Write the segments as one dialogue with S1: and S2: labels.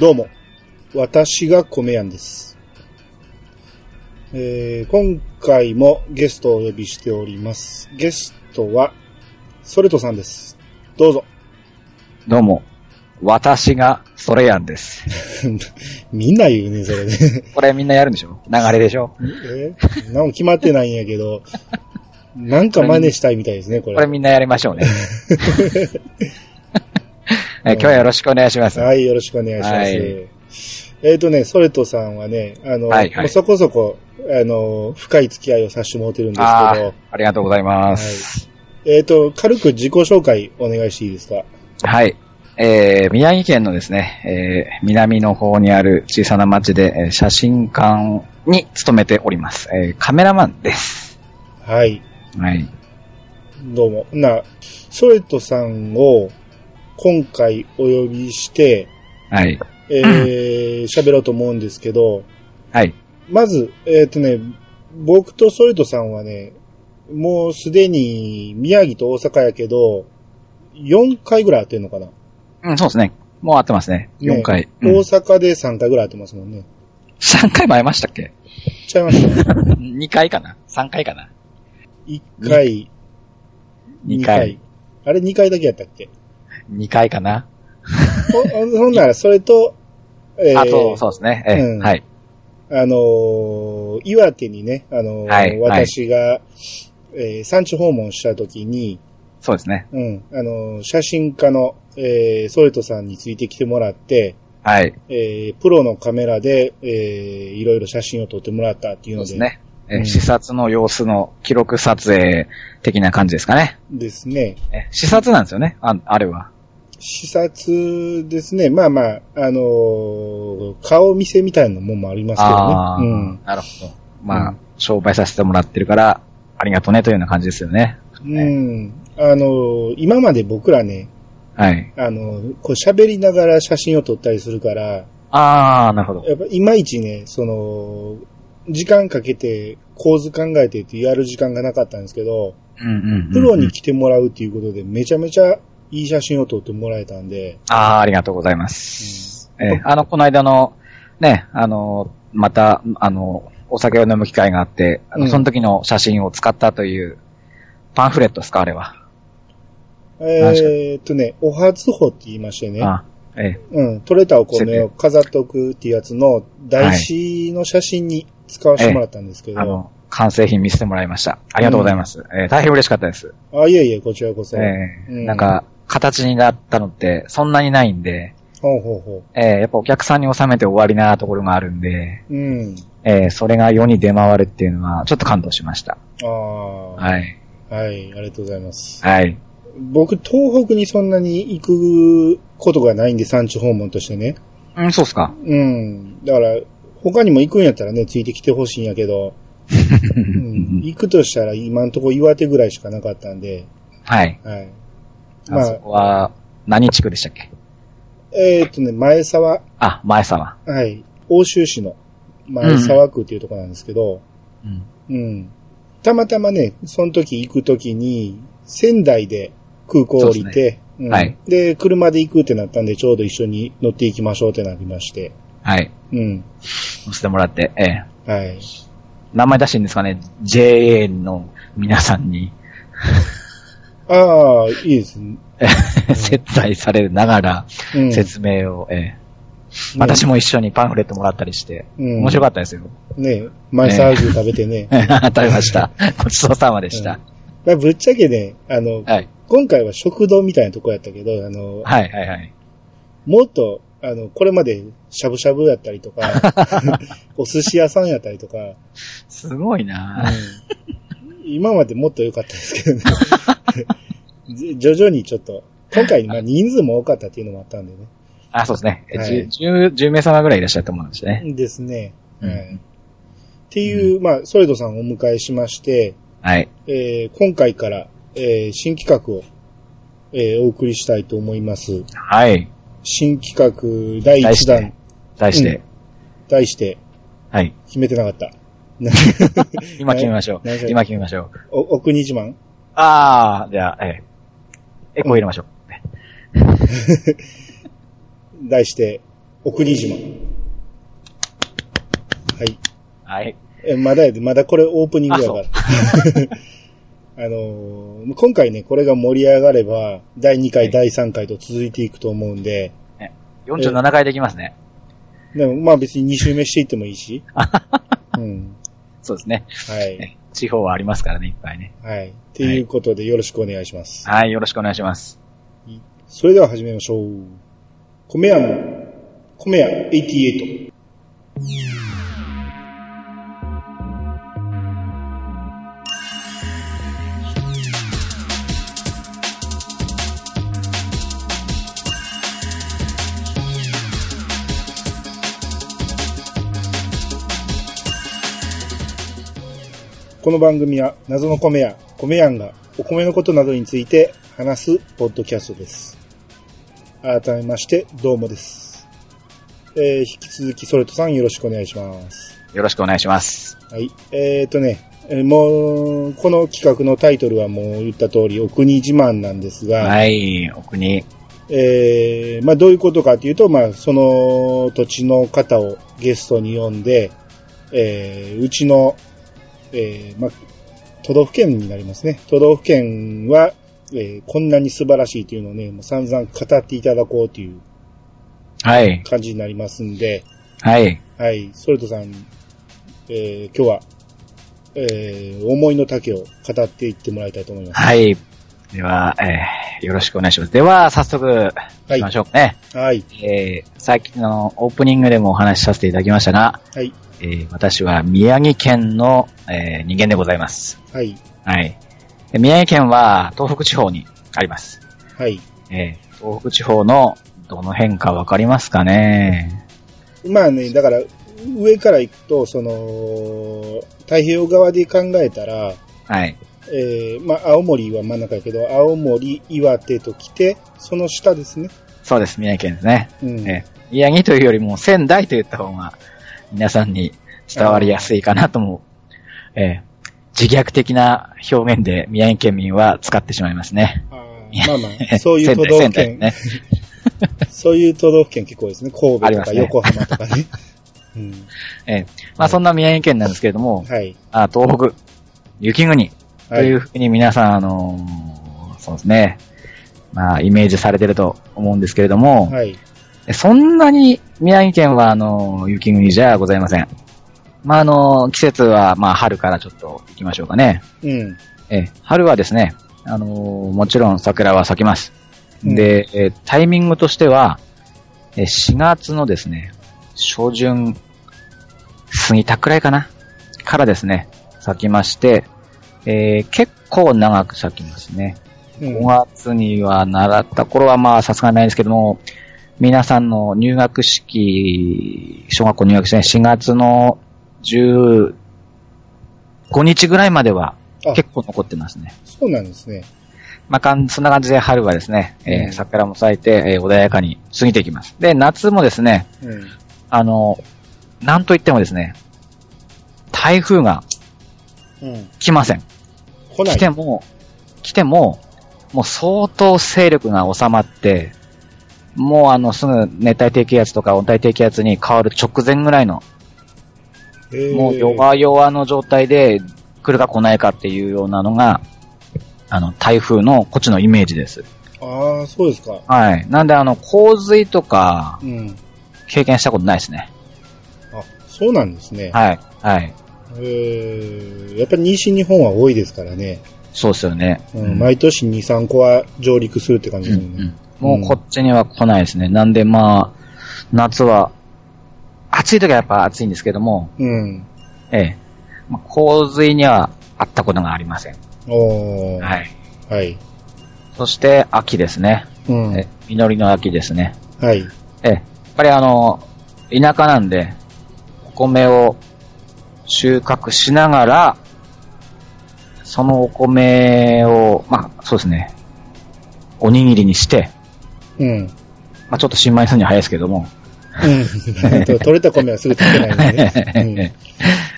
S1: どうも。私が米やんです。えー今回もゲストをお呼びしております。ゲストは、ソレトさんです。どうぞ。
S2: どうも、私がソレヤンです。
S1: みんな言うね、それね。
S2: これみんなやるんでしょ流れでしょ
S1: えなんも決まってないんやけど、なんか真似したいみたいですね、こ
S2: これ
S1: れ。
S2: みんなやりまし ょうね。え今日はよろしくお願いします。
S1: はい、よろしくお願いします。
S2: はい
S1: えっ、とね、ソレトさんはね、あの、
S2: はいは
S1: も
S2: い
S1: うそこそこ、あの、深い付き合いをさせてもらってるんです
S2: あ
S1: け
S2: ー
S1: ど、
S2: ありがとうございます。
S1: えっ、と、軽く自己紹介お願いしていいですか
S2: はい。えー、宮城県のですね、えー、南の方にある小さな町で、えー写真館に勤めております。えー、カメラマンです。
S1: はい。
S2: はい。
S1: どうも。な、ソレトさんを今回お呼びして、
S2: はい。
S1: えー、喋ろうと思うんですけど、
S2: はい。
S1: まず、えっ、とね、僕とソレトさんはね、もうすでに宮城と大阪やけど、4回ぐらい会ってんのかな、
S2: うん、そうですね。もう会ってますね。4回。
S1: ね
S2: う
S1: 大
S2: ん、
S1: 阪で3回ぐらい会ってますもんね。
S2: 3回も会いましたっけ
S1: ちゃいました。
S2: ?2 回かな ?3 回かな
S1: 1回、
S2: 二
S1: 2
S2: 回
S1: 回。あれ2回だけやったっけ
S2: ?2 回かな
S1: ほほんなら、それと、えー
S2: あと、そうですね。ええ
S1: うん
S2: はい。
S1: あのー岩手にね、あのー
S2: はいはい
S1: 私が、えー産地訪問した時に、
S2: そうですね。
S1: うん、あのー写真家の、えーソレトさんについてきてもらって、
S2: はい。
S1: えープロのカメラで、えーいろいろ写真を撮ってもらったっていう
S2: そう
S1: の
S2: で
S1: で、
S2: すね。え
S1: うん
S2: 視察の様子の記録撮影的な感じですかね。
S1: ですね。
S2: え視察なんですよね。ああれは。
S1: 視察ですね。まあまあ、あのー顔見せみたいなもんもありますけ
S2: ああ、
S1: どね。うん。
S2: なるほど。まあ、
S1: うん
S2: 商売させてもらってるから、ありがとうねというような感じですよね。
S1: うん。あのー今まで僕らね、
S2: はい。
S1: あのーこう喋りながら写真を撮ったりするから、
S2: ああ、なるほど。
S1: やっぱいまいちね、その、時間かけて構図考えてってやる時間がなかったんですけど、
S2: うんうんうんうん
S1: プロに来てもらうっていうことでめちゃめちゃいい写真を撮ってもらえたんで、
S2: ああ、ありがとうございます。ええあの、この間の、ね、あの、また、あの、お酒を飲む機会があって、あの
S1: うん
S2: その時の写真を使ったという、パンフレットですか、あれは。
S1: えー、っとね、お初穂って言いましてね、
S2: あええ
S1: うん、取れたお米を飾っておくっていうやつの台紙の写真に使わせてもらったんですけど、
S2: あの、完成品見せてもらいました。ありがとうございます。ええ大変嬉しかったです。
S1: あ、いえいえ、こちらこそ。
S2: ええ
S1: うん
S2: なんか、形になったのって、そんなにないんで、
S1: ほうほうほ
S2: ええやっぱお客さんに収めて終わりなところがあるんで、
S1: う。うん。
S2: ええそれが世に出回るっていうのは、ちょっと感動しました。
S1: ああ、は
S2: はい。
S1: い、ありがとうございます。
S2: はい。
S1: 僕、東北にそんなに行くことがないんで、産地訪問としてね。
S2: うん、そうっすか。
S1: うん。だから、他にも行くんやったらね、ついてきてほしいんやけど、うん、行くとしたら今んとこ岩手ぐらいしかなかったんで、
S2: はい。
S1: はい。ま
S2: あそ
S1: あ、
S2: こは、何地区でしたっけ
S1: えーっとね、前沢、
S2: あ、前沢。
S1: はい、欧州市の前沢区っていうとこなんですけど、
S2: うん。
S1: うん、たまたまね、その時行く時に、仙台で空港降り
S2: そう
S1: て、うん
S2: はい
S1: で、車で行くってなったんで、ちょうど一緒に乗って行きましょうってなりまして、
S2: はい。
S1: うん。
S2: 乗せてもらって、ええ。
S1: はい。
S2: 名前出していいんですかね ?JA の皆さんに、
S1: ああ、いいですね。
S2: 接待されながら、
S1: うん、
S2: 説明を、ええ。
S1: ね
S2: 私も一緒にパンフレットもらったりして、
S1: うん
S2: 面白かったですよ。
S1: ね、前沢牛食べてね。
S2: 食べま した。ごちそうさまでした。
S1: まあぶっちゃけね、あの、
S2: はい。
S1: 今回は食堂みたいなとこやったけど、あの、
S2: はい、はい、はい。
S1: もっと、あの、これまで、しゃぶしゃぶやったりと か、お寿司屋さんやったりとか、
S2: すごいな
S1: うん今までもっと良かったですけどね。じ 徐々にちょっと、今回、まあ人数も多かったっていうのもあったんでね。
S2: あ、そうですね。え
S1: はい
S2: じゅ 10, 10名様ぐらいいらっしゃると思うんですね。
S1: ですね。
S2: うん
S1: はい。っていう、まあ、ソレドさんをお迎えしまして、
S2: はい。
S1: えー今回から、えー新企画を、えーお送りしたいと思います。
S2: はい。
S1: 新企画第
S2: 題
S1: 1
S2: し
S1: 弾
S2: て、題して、
S1: うん題して、
S2: はい。
S1: 決めてなかった。
S2: 今決めましょう
S1: 何そ。れ
S2: 今決めましょう。
S1: お、お国自慢
S2: ああ、じゃあ、ええ、エコー入れましょう。
S1: 題して、送り島。はい。
S2: はい。
S1: え、まだやで、まだこれオープニングやから。
S2: あ
S1: あのー今回ね、これが盛り上がれば、第2
S2: は
S1: 回、
S2: い
S1: 第3回と続いていくと思うんで、
S2: 47回できますね。
S1: でもまあ別に2周目していってもいい し。うん。
S2: そうですね。
S1: はい。
S2: ね地方はありますからね、いっぱいね。
S1: はい。ということでよろしくお願いします。
S2: はい、よろしくお願いします。
S1: それでは始めましょう。米屋の、米屋88。この番組は謎の米屋、米屋がお米のことなどについて話すポッドキャストです。改めまして、どうもです。えー、引き続きソレトさんよろしくお願いします。
S2: よろしくお願いします。
S1: はい。えーとね、えーもう、この企画のタイトルはもう言った通り、お国自慢なんですが、
S2: はい、お国。
S1: えーまあどういうことかというと、まあその土地の方をゲストに呼んで、えーうちの、えーまあ都道府県になりますね。都道府県は、えーこんなに素晴らしいというのをね、もう散々語っていただこうという
S2: はい、
S1: 感じになりますんで、
S2: はい。
S1: はい、ソルトさん、えー今日は、えー思いの丈を語っていってもらいたいと思います。
S2: はい。では、えーよろしくお願いします。では、早速、行きましょうかね。
S1: はい、
S2: えー、さっきのオープニングでもお話しさせていただきましたが、
S1: はい、
S2: えー私は宮城県の、えー人間でございます。
S1: はい、
S2: はい。で宮城県は東北地方にあります。
S1: はい。
S2: えー東北地方のどの辺かわかりますかね
S1: まあね、だから、上から行くと、その、太平洋側で考えたら、
S2: はい。
S1: えー、まあ、青森は真ん中やけど、青森、岩手と来て、その下ですね。
S2: そうです、宮城県ですね。
S1: うん。
S2: えー宮城というよりも仙台と言った方が皆さんに伝わりやすいかなとも、えー自虐的な表現で宮城県民は使ってしまいますね。
S1: あーまあまあ、そういう 都道府
S2: 仙台
S1: 県、
S2: 仙台ね。
S1: そういう都道府県結構ですね。神
S2: あり
S1: 戸と
S2: ます
S1: か
S2: ね
S1: 横浜とかね。うん。
S2: まあそんな宮城県なんですけれども、
S1: はい。
S2: あ東北、雪国と
S1: はいい。
S2: うふうに皆さん、あのーそうですね、まあイメージされてると思うんですけれども、
S1: はい。
S2: そんなに宮城県はあのー雪国じゃございません。まああのー季節はまあ春からちょっと行きましょうかね。
S1: うん。
S2: ええ春はですね、あのーもちろん桜は咲きます。
S1: うん
S2: で、えータイミングとしては、えー4月のですね、初旬過ぎたくらいかなからですね、咲きまして、えー結構長く咲きますね。
S1: うん
S2: 5月には習った頃はまあさすがにないですけども、皆さんの入学式、小学校入学式ね、4月の15日ぐらいまでは
S1: あ
S2: 結構残ってますね。
S1: そうなんですね。
S2: まあかん、そんな感じで春はですね、え
S1: う
S2: ー
S1: ん
S2: 桜も咲いて、えー穏やかに過ぎていきます。で、夏もですね、
S1: うん。
S2: あの、なんといってもですね、台風が
S1: うん。
S2: 来ません。
S1: 来な
S2: 来
S1: い。
S2: ても、来ても、もう相当勢力が収まって、もうあのすぐ熱帯低気圧とか温帯低気圧に変わる直前ぐらいの、
S1: えー
S2: もう弱々の状態で来るか来ないかっていうようなのが、あの台風のこっちのイメージです。
S1: ああ、そうですか。
S2: はい。なんであの洪水とか
S1: うん。
S2: 経験したことないですね。
S1: あ、そうなんですね。
S2: はい。はい。
S1: えー、やっぱり西日本は多いですからね。
S2: そうですよね。
S1: うん毎年2、3個は上陸するって感じ
S2: う
S1: だ
S2: ん
S1: もん
S2: う
S1: ね。
S2: んもうこっちには来ないですね。なんでまあ、夏は、暑い時はやっぱ暑いんですけども、
S1: うん。
S2: ええ。まあ、洪水にはあったことがありません。
S1: おー。。
S2: はいい。
S1: はい。
S2: そして、秋ですね。
S1: うん。
S2: え実りの秋ですね。
S1: はい。
S2: ええ。やっぱりあの、田舎なんで、お米を収穫しながら、そのお米を、まあ、そうですね。おにぎりにして、
S1: うん。 うん。
S2: まあ、ちょっと新米するには早いですけども、
S1: 取れた米はすぐ食べないので、 ね。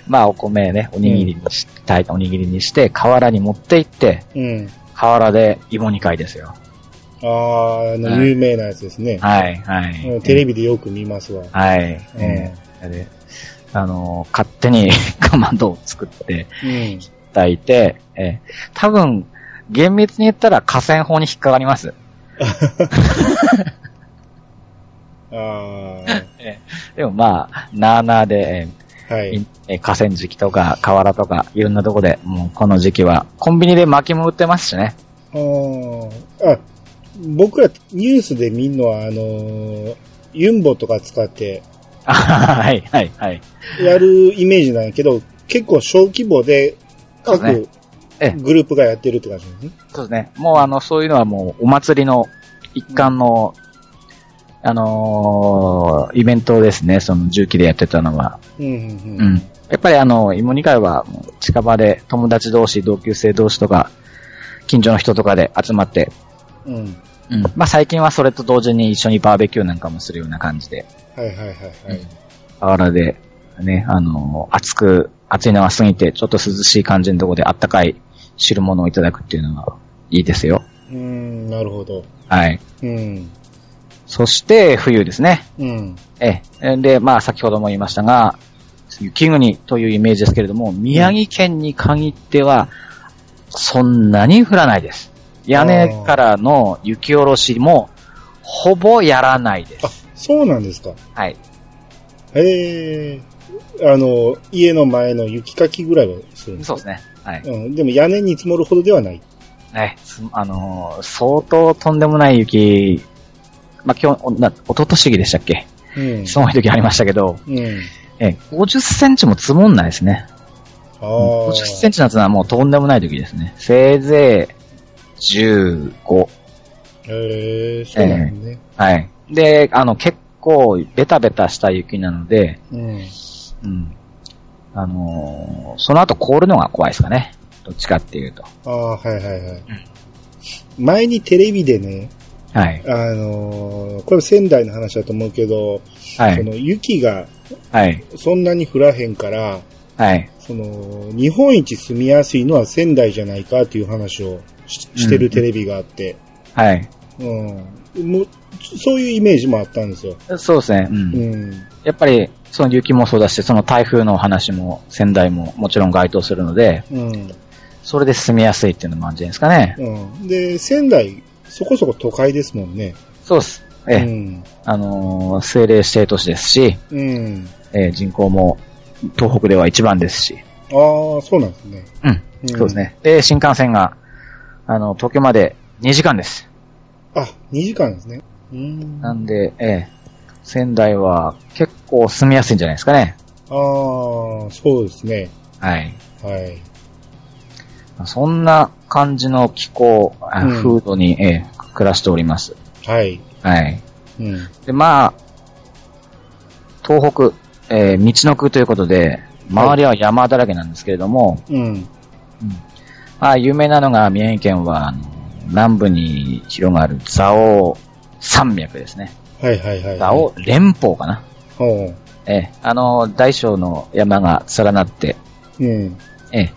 S2: まあ、お米ね、おにぎりにしたい、おにぎりにして、河原に持って行って、
S1: うん。うん。
S2: 河原で芋煮会ですよ。
S1: あーあの、
S2: はい
S1: 有名なやつですね。
S2: はい、はい。
S1: うんテレビでよく見ますわ。
S2: はい。えーであの、勝手に カマンドを作って
S1: うん。
S2: いただいて、えー多分、厳密に言ったら河川法に引っかかります。
S1: ああ、
S2: でもまあ、なあなあで、
S1: は
S2: え
S1: い
S2: ー。えー河川敷とか河原とかいろんなとこで、もうこの時期はコンビニで薪も売ってますしね。
S1: あーあ、僕らニュースで見るのは、あのーユンボとか使って
S2: あはい、はい、はい。
S1: やるイメージなんやけど、結構小規模で各
S2: そうねええ
S1: グループがやってるって感じですね。
S2: そうですね。もうあの、そういうのはもうお祭りの一環の、あのーイベントですね。その重機でやってたのは。
S1: うんうん
S2: う
S1: うん
S2: ん。やっぱりあの、芋煮会はもう近場で友達同士、同級生同士とか、近所の人とかで集まって、
S1: うん。
S2: うん。まあ最近はそれと同時に一緒にバーベキューなんかもするような感じで、
S1: はいはいはいはい。
S2: 河原で、ね、あの、暑く、暑いのが過ぎて、ちょっと涼しい感じのとこであったかい汁物をいただくっていうのは、いいですよ。
S1: うーん、なるほど。
S2: はい。
S1: うん。
S2: そして、冬ですね。
S1: うん。
S2: ええ。で、まあ先ほども言いましたが、雪国というイメージですけれども、宮城県に限っては、そんなに降らないです。屋根からの雪下ろしも、ほぼやらないです。
S1: あ、そうなんですか。
S2: はい。
S1: へえ。あの、家の前の雪かきぐらいはするんです
S2: そう
S1: か
S2: ですね。はい。
S1: うん。でも屋根に積もるほどではない。
S2: ね、すあのー相当とんでもない雪、まあ、今日、おな、おととしでしたっけ
S1: うん。
S2: すごい時ありましたけど、
S1: うん。
S2: ええ、50センチも積もんないですね。
S1: ああ。
S2: 50センチなんてのはもうとんでもない時ですね。せいぜい15。
S1: へえ、そうなんだね。
S2: はい。で、あの、結構ベタベタした雪なので、
S1: うん。
S2: うん。あのーその後凍るのが怖いですかね。どっちかっていうと。
S1: ああ、はいはいはい。前にテレビでね、
S2: はい。
S1: あのーこれは仙台の話だと思うけど、
S2: は
S1: そ
S2: い。
S1: の雪が
S2: はい。
S1: そんなに降らへんから、
S2: はい。
S1: その、日本一住みやすいのは仙台じゃないかっていう話をししてるテレビがあって、
S2: はい。
S1: うん。もうそういうイメージもあったんですよ。
S2: そうですね。う。
S1: うんん。
S2: やっぱり、その雪もそうだし、その台風の話も仙台ももちろん該当するので、
S1: うん。
S2: それで住みやすいっていうのもあるんじゃないですかね。
S1: うん。で、仙台、そこそこ都会ですもんね。
S2: そうです。え
S1: う
S2: え、
S1: ん。
S2: あのー政令指定都市ですし、
S1: うん。
S2: えー人口も東北では一番ですし、
S1: ああ、そうなんですね。
S2: うん、そうですね。で、新幹線が、あの、東京まで2時間です。
S1: あ、2時間ですね。うん。
S2: なんで、えー仙台は結構住みやすいんじゃないですかね。
S1: ああ、そうですね。
S2: はい。
S1: はい。
S2: そんな感じの気候、あ
S1: うん
S2: 風土に、えー暮らしております。
S1: はい。
S2: はい。
S1: うん。
S2: で、まあ、東北、えー道の空ということで、周りは山だらけなんですけれども、
S1: うん。
S2: まあ、有名なのが宮城県は、あの南部に広がる蔵王山脈ですね。
S1: はいはいはい。
S2: 蔵王連峰かな。
S1: ほ
S2: ええ、あの、大小の山が連なって、
S1: う。うん。
S2: ええ。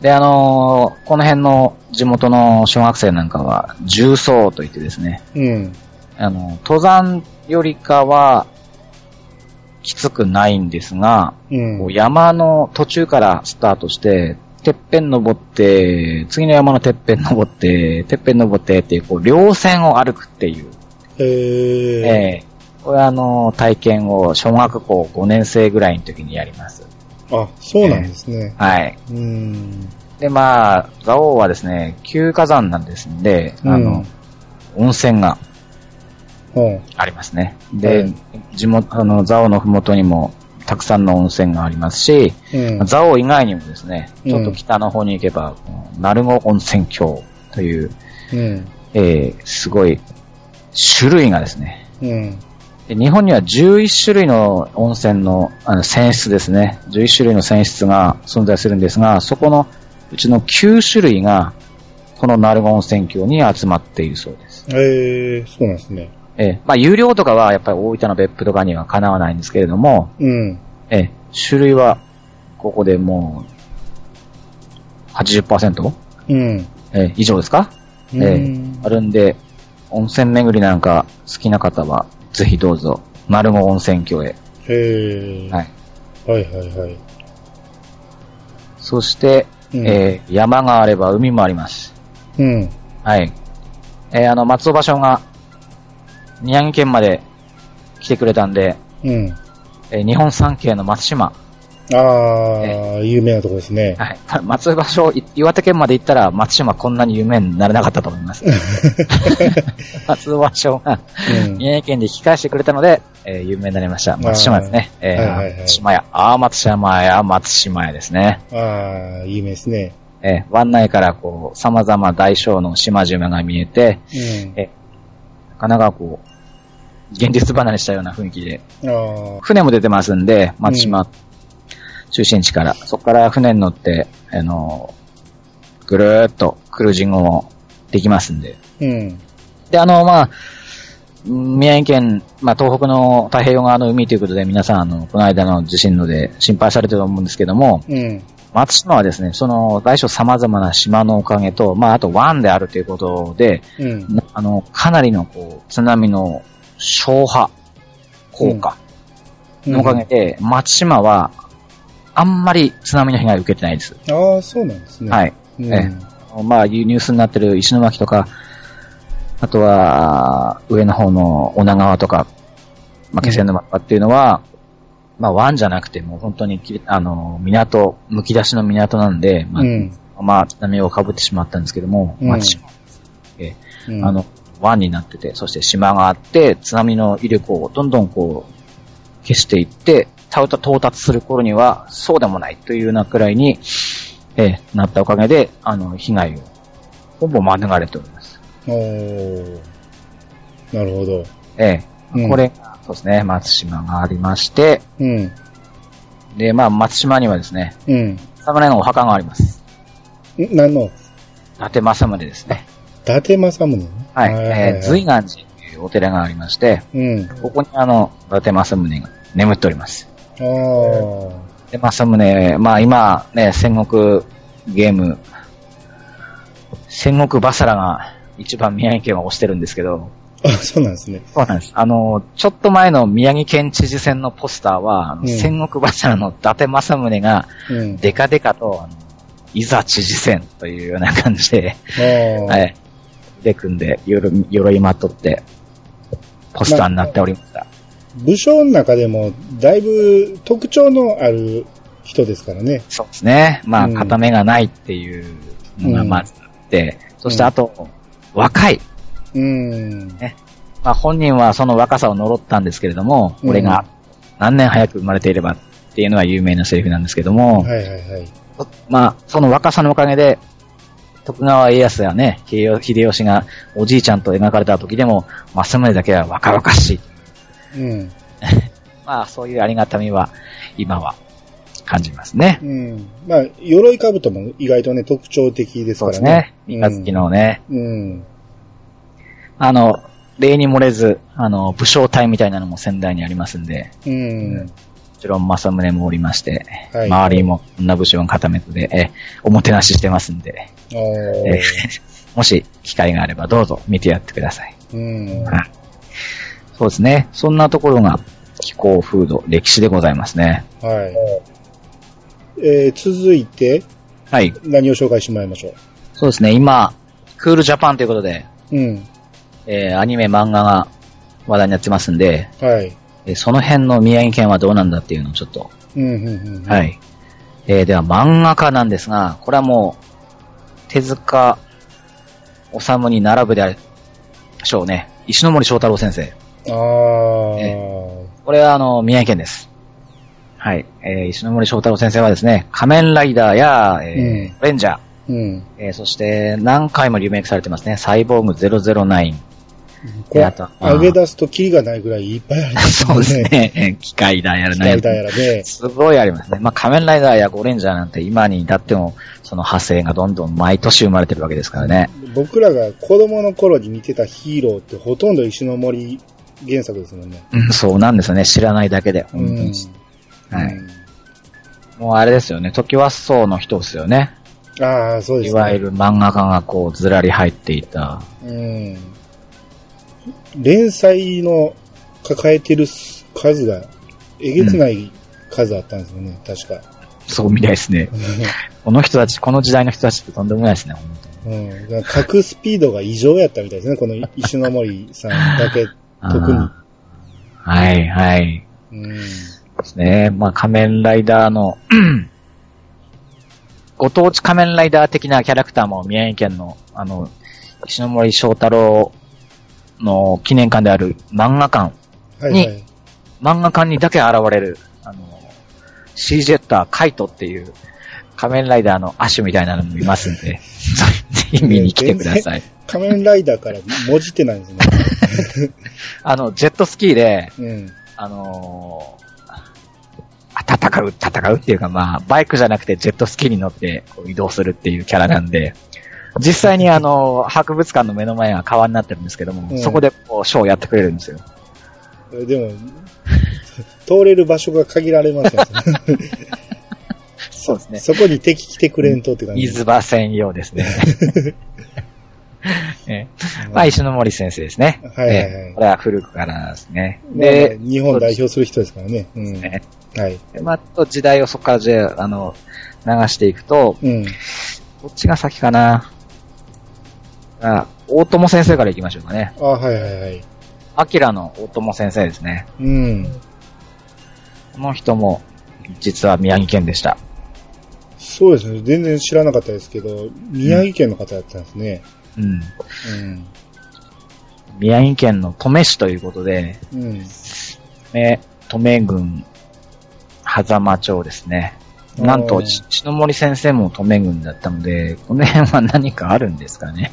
S2: で、あのこの辺の地元の小学生なんかは、重曹といってですね、
S1: うん。
S2: あの、登山よりかは、きつくないんですが、
S1: うん。
S2: こう山の途中からスタートして、てっぺん登って、次の山のてっぺん登って、てっぺん登ってっていう、こう、稜線を歩くっていう、
S1: へ
S2: え
S1: え。
S2: えこれはあの、体験を小学校5年生ぐらいの時にやります。
S1: あ、そうなんですね。
S2: はい。
S1: うん。
S2: で、まあ、蔵王はですね、旧火山なんですんで、あの、温泉が
S1: ほう。
S2: ありますね。
S1: う
S2: で
S1: ん、
S2: 地元、あの、蔵王のふもとにも、たくさんの温泉がありますし、
S1: うん。
S2: 蔵王以外にもですね、
S1: うん
S2: ちょっと北の方に行けば、この鳴子温泉郷という、
S1: うん。
S2: えー、すごい種類がですね、
S1: うん。
S2: で日本には11種類の温泉のあの泉質ですね、11種類の泉質が存在するんですが、そこのうちの9種類が、この鳴子温泉郷に集まっているそうです。
S1: へえ、そうなんですね。
S2: えーまあ、有料とかはやっぱり大分の別府とかにはかなわないんですけれども、
S1: うん。
S2: えー種類はここでもう80%
S1: うん。
S2: えー以上ですか、
S1: うん
S2: えーあるんで、温泉巡りなんか好きな方は、ぜひどうぞ、丸子温泉郷へ。
S1: へえ、
S2: はい。
S1: はいはいはい。
S2: そして、
S1: うん
S2: えー山があれば海もあります。
S1: うん。
S2: はい。えーあの、松尾芭蕉が、宮城県まで来てくれたんで、
S1: うん。
S2: えー日本三景の松島。
S1: ああ、有名なとこですね。
S2: はい。 松尾芭蕉、い岩手県まで行ったら松島こんなに有名になれなかったと思 います。 松尾芭蕉が、
S1: うん。
S2: 宮城県で引き返してくれたので、えー有名になりました。松島ですね。えー
S1: はいはいはい
S2: 松島屋。ああ、松島屋、松島屋ですね。
S1: ああ、有名ですね。
S2: えー湾内からこう、様々大小の島々が見えて、
S1: うん。
S2: えーなかなかこう、現実離れしたような雰囲気で、
S1: ああ、
S2: 船も出てますんで、松島中心地から、そこから船に乗って、あのー、ぐるーっとクルージングもできますんで。
S1: うん。
S2: で、あの、まあ、うん宮城県、まあ、東北の太平洋側の海ということで、皆さん、あの、この間の地震ので心配されてると思うんですけども、
S1: うん。
S2: 松島はですね、その、大小様々な島のおかげと、まあ、あと湾であるということで、
S1: うん。
S2: なあの、かなりの、こう、津波の消波効果のおかげで、松島は、あんまり津波の被害を受けてないです。
S1: ああ、そうなんですね。
S2: はい。
S1: うん。
S2: えあのまあ、ニュースになってる石巻とか、あとは、上の方の女川とか、まあ、気仙沼とかっていうのは、まあ、湾じゃなくて、もう本当にき、あの、港、むき出しの港なんで、まあ、
S1: うん。
S2: まあ、津波をかぶってしまったんですけども、
S1: うん
S2: まあ、しえ
S1: うん
S2: あ、の、湾になってて、そして島があって、津波の威力をどんどんこう、消していって、たうた到達する頃には、そうでもないというようなくらいに、えーなったおかげで、あの、被害を、ほぼ免れております。
S1: おーなるほど。
S2: ええ
S1: うん
S2: これが、そうですね、松島がありまして、
S1: うん。
S2: で、まあ、松島にはですね、
S1: うん。
S2: 侍のお墓があります。
S1: ん何の
S2: 伊達政宗ですね。
S1: 伊達政宗ね
S2: はい。えー、
S1: ず
S2: 随
S1: い
S2: 願寺というお寺がありまして、
S1: うん。
S2: ここにあの、伊達政宗が眠っております。
S1: ああ。
S2: で、まあ、サムネ、まあ今ね、戦国ゲーム、戦国バサラが一番宮城県は推してるんですけど、
S1: あ、そうなんですね。
S2: そうなんです。あの、ちょっと前の宮城県知事選のポスターは、あの
S1: うん
S2: 戦国バサラの伊達政宗が
S1: うん。
S2: デカデカと、あのいざ知事選というような感じで、
S1: ああ。
S2: はい、腕組んで、よろ鎧まとって、ポスターになっておりました。
S1: 武将の中でも、だいぶ特徴のある人ですからね。
S2: そうですね。ま
S1: う
S2: あ、
S1: ん
S2: 片目がないっていうのがまずあって、そしてあと、若い。
S1: うん。
S2: まあ、本人はその若さを呪ったんですけれども、
S1: うん
S2: 俺が何年早く生まれていればっていうのは有名なセリフなんですけども、
S1: はいはいはい。
S2: まあ、その若さのおかげで、徳川家康やね、秀吉秀吉がおじいちゃんと描かれた時でも、まあ、そだけは若々しい。
S1: うん。
S2: まあ、そういうありがたみは、今は感じますね。
S1: うん。まあ、鎧兜も意外とね、特徴的です
S2: そう
S1: か
S2: で
S1: ら
S2: すね
S1: ね。。
S2: 三日月のね、
S1: うん。
S2: あの、例に漏れず、あの、武将隊みたいなのも仙台にありますんで、
S1: うん。
S2: もちろん正宗もおりまして、
S1: はい
S2: 周りも女武将の固めで、え、おもてなししてますんで、
S1: あー
S2: え もし機会があればどうぞ見てやってください。
S1: うん。
S2: はいそうですね。そんなところが気候、風土、歴史でございますね。
S1: はい。えー、続いて、
S2: はい。
S1: 何を紹介してもらいましょ
S2: そうですね。今、クールジャパンということで、
S1: う。うん。
S2: えーアニメ、漫画が話題になってますんで、
S1: はい。
S2: えーその辺の宮城県はどうなんだっていうのをちょっと
S1: うん、うん、うん。い。
S2: はい。えーでは漫画家なんですが、これはもう、手塚治虫に並ぶであるでしょうね。石ノ森章太郎先生。
S1: あー。
S2: これはあの、宮城県です。はい。えー石ノ森章太郎先生はですね、仮面ライダーや、えーレンジャー、
S1: うん。
S2: えーそして何回もリメイクされてますね。サイボーグ009。
S1: これ、
S2: あとは
S1: 上げ出すとキリがないぐらいいっぱいあります
S2: そうです。ね。えー機械だやらない
S1: みたいやらね。
S2: すごいありますね。まあ、仮面ライダーやゴレンジャーなんて今に至っても、その派生がどんどん毎年生まれてるわけですからね。
S1: 僕らが子供の頃に見てたヒーローってほとんど石の森原作ですもんね。
S2: うん、そうなんですよね。知らないだけで。
S1: う
S2: 本当
S1: ん
S2: に。はい。もうあれですよね。時はそうの人ですよね。
S1: ああ、そうですね。
S2: いわゆる漫画家がこう、ずらり入っていた。
S1: うん。連載の抱えてる数が、えげつない数あったんですよね、確か。
S2: そうみたいですね。この人たち、この時代の人たちってとんでもないですね、本当に。
S1: うん。だから書くスピードが異常やったみたいですね、この石の森さんだけ、特に。
S2: あーはい、はい。
S1: うん。
S2: ですね。まあ、仮面ライダーの、 うんご当地仮面ライダー的なキャラクターも宮城県の、あの、石ノ森章太郎の記念館である漫画館、
S1: はいはい。
S2: 漫画館にだけ現れる、あの、シージェッターカイトっていう仮面ライダーの亜種みたいなのもいますん で、ぜひ見に来てください。
S1: 仮面ライダーから文字ってないんですね。
S2: あの、ジェットスキーで、
S1: うん。
S2: あのーあ戦う、戦うっていうか、まあ、バイクじゃなくてジェットスキーに乗ってこう移動するっていうキャラなんで、実際にあ のー博物館の目の前が川になってるんですけども、
S1: うん
S2: そこでこう、ショーをやってくれるんですよ。
S1: でも、通れる場所が限られますよね。
S2: そうですね。
S1: そこに敵来てくれんとって感じ。
S2: 水場専用ですね。え
S1: うん
S2: まあ、石ノ森先生ですね。
S1: はいはいはい
S2: えこれは古くからですね。
S1: で、
S2: で、
S1: 日本代表する人ですからね。うん。
S2: ね
S1: はい。
S2: でまあ、と時代をそこからじゃあ、あの、流していくと、
S1: うん。
S2: どっちが先かなあ、大友先生から行きましょうかね。
S1: あはいはいはい。
S2: アキラの大友先生ですね。
S1: うん。
S2: この人も、実は宮城県でした。
S1: そうですね。全然知らなかったですけど、宮城県の方だったんですね。
S2: うん。
S1: うん。
S2: 宮城県の登米市ということで、
S1: うん。
S2: え登米郡、狭間町ですね。な
S1: あ
S2: んと、
S1: ー
S2: し篠森先生も登米郡だったので、この辺は何かあるんですかね。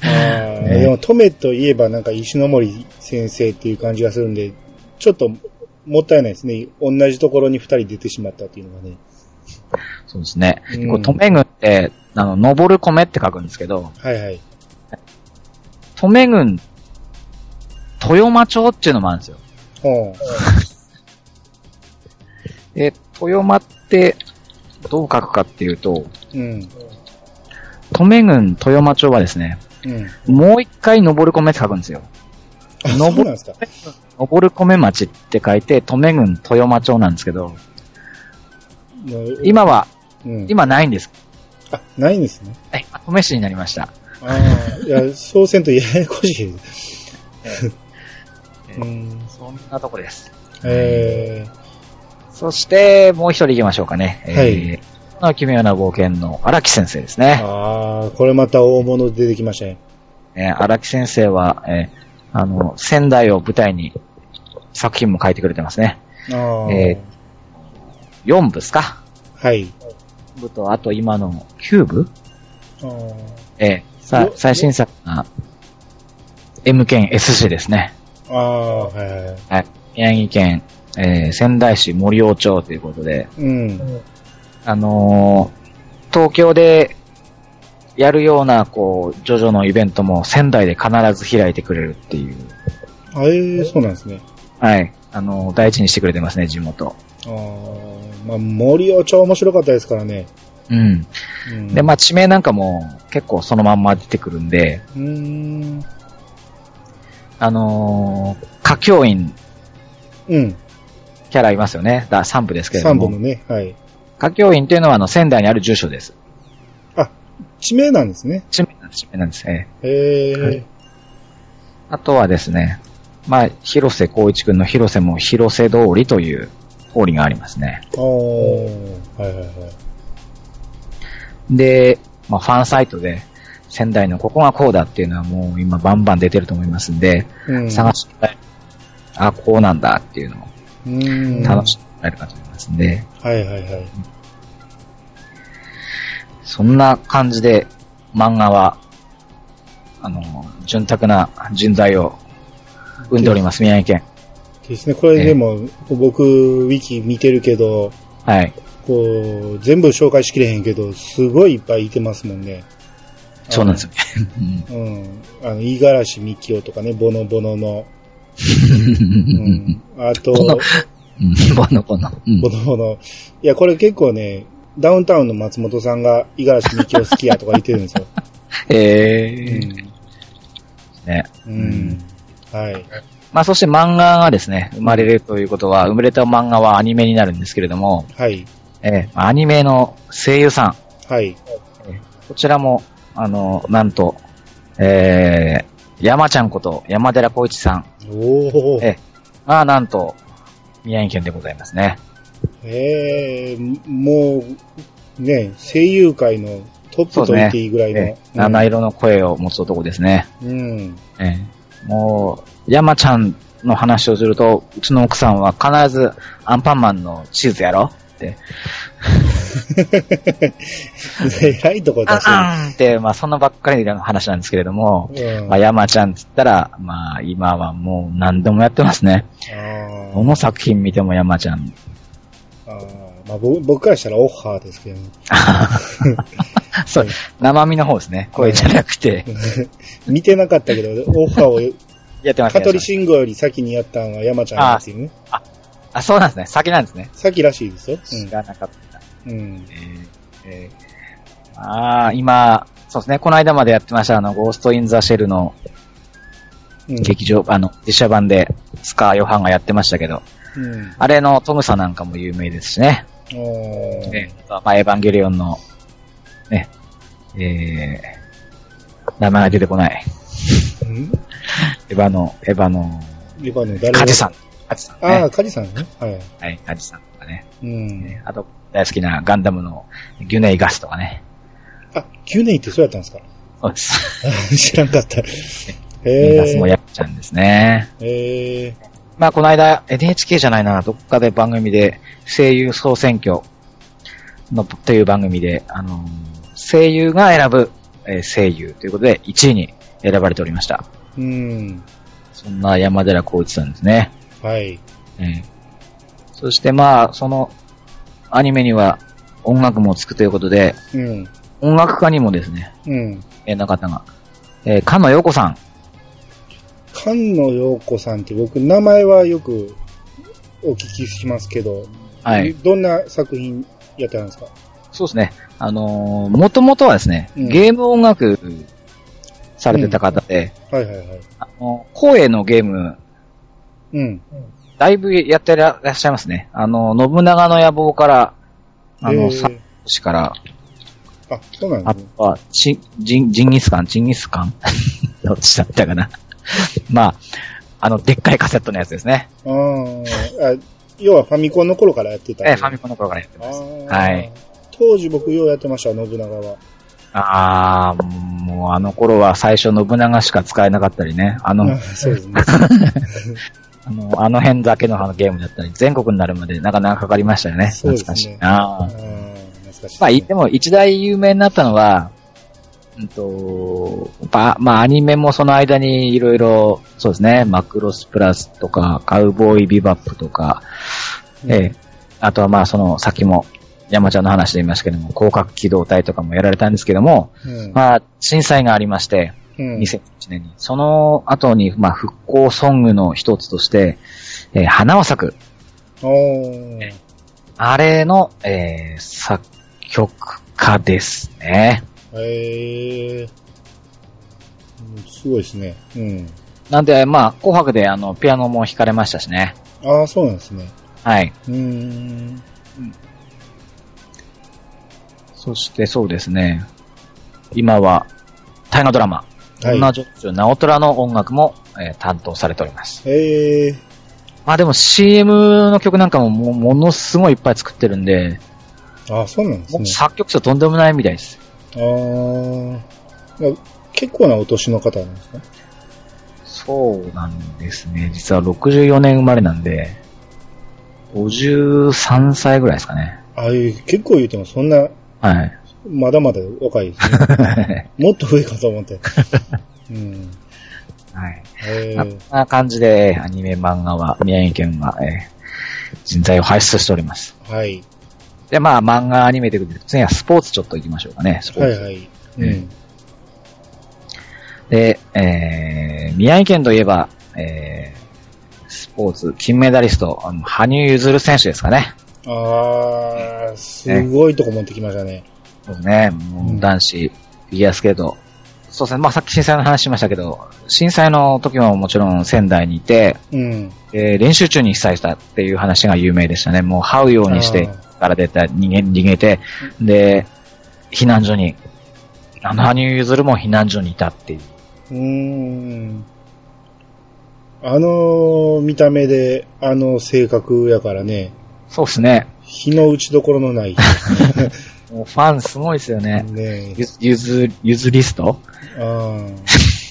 S1: ああ、でも、トメといえばなんか石ノ森先生っていう感じがするんで、ちょっともったいないですね。同じところに二人出てしまったっていうのがね。
S2: そうですね。
S1: うん
S2: こう登米郡って、あの、登る米って書くんですけど、
S1: はいはい。
S2: 登米郡、豊間町っていうのもあるんですよ。
S1: ほう。
S2: で、豊間って、どう書くかっていうと、
S1: うん。
S2: 登米郡豊間町はですね、
S1: うん。
S2: もう一回登る米って書くんですよ。
S1: あ、そうなん
S2: 登
S1: ですか。
S2: 登る米町って書いて、登米郡豊間町なんですけど、今は、
S1: うん、
S2: 今ないんです。
S1: あ、ないんですね。
S2: え、今登米市になりました。
S1: ああ、いや、そうせんとややこしい。 うん。
S2: そんなとこです。
S1: え
S2: そして、もう一人行きましょうかね。
S1: はい
S2: えー、この奇妙な冒険の荒木先生です
S1: ー、
S2: ね。
S1: ああ、これまた大物出てきましたね。
S2: えー荒木先生は、えーあの、仙台を舞台に作品も書いてくれてますね。
S1: ああ、
S2: え4部ですか
S1: はい。
S2: 部と、あと今の9部
S1: あー
S2: ええさ
S1: よ、
S2: 最新作が、M 県 SG ですね。
S1: あー、はいはい。
S2: はい。宮城県、えー仙台市森尾町ということで、
S1: うん。
S2: あのー東京でやるような、こう、ジョジョのイベントも仙台で必ず開いてくれるっていう、
S1: あえー、そうなんですね。
S2: はい。あのー大事にしてくれてますね、地元。
S1: ああ、まあ、森尾町面白かったですからね。
S2: うん。
S1: うん、
S2: で、まあ、地名なんかも結構そのまんま出てくるんで、
S1: うーん。
S2: あのー歌教員
S1: うん。
S2: キャラいますよね。だ3部ですけれど
S1: 三
S2: も。
S1: 本のね、はい。
S2: 歌教員っていうのはあの仙台にある住所です。
S1: 地名なんですね。
S2: 地名なんです、地名なんです。ええ
S1: ええー
S2: はいあとはですね、まあ、広瀬光一くんの広瀬も広瀬通りという通りがありますね。
S1: ああ、はいはいはい。
S2: で、まあ、ファンサイトで仙台のここがこうだっていうのはもう今バンバン出てると思いますんで、
S1: うん、
S2: 探してもらえるあ、こうなんだっていうのも
S1: うん。
S2: 楽しんでもらえるかと思いますんで、
S1: はいはいはい。
S2: そんな感じで漫画は、あの、潤沢な人材を生んでおります、宮城県。
S1: ですね。これでも、僕、ウィキ見てるけど、
S2: はい。
S1: こう、全部紹介しきれへんけど、すごいいっぱいいてますもんね。
S2: そうなんですよ。 うん
S1: うん。あの、五十嵐美樹夫とかね、ボノボノの。うん。あ と、
S2: うんボノボノ。うん
S1: ボノボノ。いや、これ結構ね、ダウンタウンの松本さんが五十嵐美樹夫好きやとか言ってるんですよ。
S2: えー
S1: うん
S2: ですね。
S1: うん。はい。
S2: まあそして漫画がですね、生まれるということは、生まれた漫画はアニメになるんですけれども、
S1: はい。
S2: えーアニメの声優さん、
S1: はい。
S2: こちらも、あの、なんと、えー、山ちゃんこと山寺孝一さん
S1: おー。
S2: えが、なんと、宮城県でございますね。
S1: ええもう、ね、声優界のトップと言っていいぐらいの。
S2: えー七色の声を持つ男ですね。
S1: うん。
S2: えーもう、山ちゃんの話をすると、うちの奥さんは必ずアンパンマンのチーズやろって、
S1: えらいとこ出
S2: あ
S1: してる。
S2: んって、まあそんなばっかりの話なんですけれども、
S1: うん
S2: まあ、山ちゃんっつったら、まあ今はもう何でもやってますね。
S1: あ
S2: どの作品見ても山ちゃん。
S1: ーあーまあ、ぼ僕からしたらオッハーですけど、
S2: そう、生身の方ですね。声じゃなくて、
S1: 見てなかったけど、オッハー を、
S2: やってます
S1: 香
S2: ね。
S1: 取慎吾より先にやったのは山ちゃんっていうね。
S2: あ、そうなんですね。先なんですね。
S1: 先らしいですよ。
S2: 知らなかった。
S1: うん。うん。
S2: えーえーああ、今、そうですね。この間までやってました、あの、ゴースト・イン・ザ・シェルの
S1: うん。
S2: 劇場、あの、実写版で、スカー・ヨハンがやってましたけど、
S1: うん。あ
S2: あれのトムさなんかも有名ですしね。
S1: ー
S2: ね、まあ、エヴァンゲリオンの、ね、えー、名前が出てこない。
S1: うん
S2: エヴァの、エヴァの、
S1: 今の誰が
S2: カジさん。カジさん
S1: あ
S2: ね
S1: あ、。カジさんね。はい。
S2: はい、カジさんとかね。
S1: うん。
S2: ねあと、大好きなガンダムのギュネイガスとかね。
S1: あ、9年ってそうやったんですか
S2: そうです。
S1: 知らんかった。へ
S2: ギュネイ
S1: え
S2: ガスもやっちゃうんですね。
S1: へえ
S2: まあ、この間、NHK じゃないな、どっかで番組で、声優総選挙の、という番組で、あのー声優が選ぶ、えー声優ということで、1位に選ばれておりました。
S1: うん。
S2: そんな山寺宏一さんですね。
S1: はい。
S2: ええそしてまあ、その、アニメには音楽もつくということで、
S1: うん。
S2: 音楽家にもですね、
S1: うん。
S2: えー、中田が、えー、菅野陽子さん。
S1: 菅野陽子さんって僕、名前はよくお聞きしますけど、
S2: はい。
S1: どんな作品やってたんですか
S2: そうですね。あのー、もともとはですね、
S1: うん
S2: ゲーム音楽されてた方で、
S1: はいはいはい。
S2: あの、光栄のゲーム、
S1: うん。
S2: だいぶやってらっしゃいますね。あの、信長の野望から、あ
S1: へ
S2: の、
S1: ー
S2: サッシから、
S1: あ、そうなんで
S2: あ
S1: すね。
S2: とは、チ、ジン、ジンギスカン、ジンギスカン どっちだったかな。まあ、あの、でっかいカセットのやつですね。
S1: あーあ、要はファミコンの頃からやってた。
S2: ええ、ファミコンの頃からやってます。
S1: あー
S2: はい。
S1: 当時僕ようやってました、信長は。
S2: ああ、もうあの頃は最初信長しか使えなかったりね。あの、
S1: あ そうですね。
S2: あの、あの辺だけのあのゲームだったり、全国になるまでなかなかかかりましたよね。
S1: そうですね
S2: 懐かしいな。
S1: あー懐かしい。
S2: まあ、いでも一大有名になったのは、うんと、ばまあ、アニメもその間にいろいろ、そうですね、マクロスプラスとか、カウボーイビバップとか、
S1: うん
S2: ええあとはまあ、その、さっきも山ちゃんの話で言いましたけども、広角機動隊とかもやられたんですけども、
S1: うん
S2: まあ、震災がありまして、
S1: うん
S2: 2001年に。その後に、まあ、復興ソングの一つとして、えー花は咲く。
S1: おー
S2: あれの、えー作曲家ですね。
S1: へえうんすごいですね。うん。
S2: なんで、まあ、紅白であの、ピアノも弾かれましたしね。
S1: ああ、そうなんですね。
S2: はい。
S1: うーん。
S2: そしてそうですね。今は、大河ドラマ、
S1: はい
S2: 女女女、直虎の音楽も、えー担当されております。
S1: ええ
S2: まあでも CM の曲なんかももうものすごいいっぱい作ってるんで、
S1: ああ、そうなんです
S2: もう
S1: ね。
S2: 作曲者とんでもないみたいです。
S1: あーまあ。結構なお年の方なんですか
S2: そうなんですね。実は64年生まれなんで、53歳ぐらいですかね。
S1: ああいう、結構言うてもそんな、
S2: はい。
S1: まだまだ若いですね。 もっと上かと思って。うん。
S2: はい。
S1: ええ
S2: こんな感じで、えーアニメ漫画は、宮城県は、えー人材を輩出しております。
S1: はい。
S2: で、まあ、漫画、アニメということで、次はスポーツちょっと行きましょうかね。スポー
S1: は
S2: ツ。
S1: いはい。
S2: う
S1: うんん。
S2: で、えー宮城県といえば、えースポーツ、金メダリスト、あの羽生結弦選手ですかね。
S1: ああ、すごいとこ持ってきましたね。
S2: そうですね。もう
S1: うん
S2: 男子、フィギュアスケート、そうですね。まあ、さっき震災の話しましたけど、震災の時ももちろん仙台にいて、
S1: うん。
S2: えー練習中に被災したっていう話が有名でしたね。もう、這うようにして
S1: あー、
S2: から出た、逃げ、逃げて、で、避難所に、何羽生結弦も避難所にいたっていう。
S1: うーん。あの見た目で、あの性格やからね、
S2: そうですね。
S1: 日の打ちどころのない。
S2: もうファンすごいですよね。
S1: ね
S2: ゆず、ゆず、ゆずリスト
S1: ああ。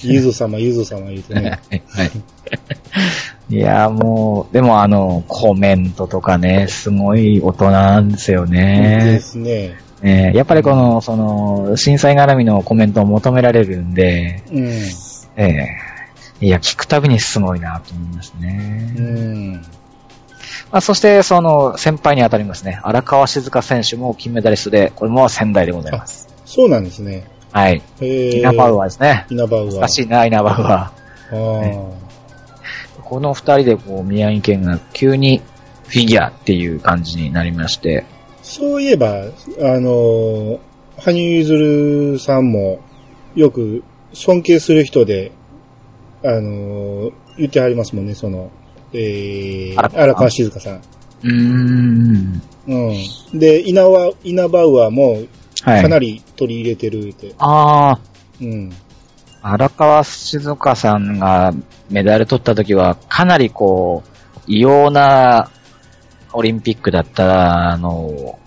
S1: ゆず様、ゆず様言う てね。
S2: いや、もう、でもあの、コメントとかね、すごい大人なんですよ
S1: で
S2: ね。
S1: すね。
S2: えーやっぱりこの、その、震災絡みのコメントを求められるんで、
S1: うん。
S2: ええいや、聞くたびにすごいなと思いますね。
S1: うん。
S2: まあ、そして、その、先輩に当たりますね。荒川静香選手も金メダリストで、これも仙台でございます。
S1: そうなんですね。
S2: はい。
S1: え
S2: イナバウ
S1: ア。
S2: アーですね。
S1: 稲葉ウア。
S2: 懐かしいな、イナバウアー。
S1: ああ。
S2: この二人でこう、宮城県が急にフィギュアっていう感じになりまして、
S1: そういえば、あの、羽生結弦さんも、よく尊敬する人で、あの、言ってはりますもんね、その、えー、
S2: 荒川さん
S1: 荒川静香さん。
S2: うーん。
S1: うん。で、稲葉、稲葉はもう、
S2: はい。
S1: かなり取り入れてるって。
S2: あ
S1: うん。
S2: あ、荒川静香さんがメダル取った時は、かなりこう、異様なオリンピックだったのを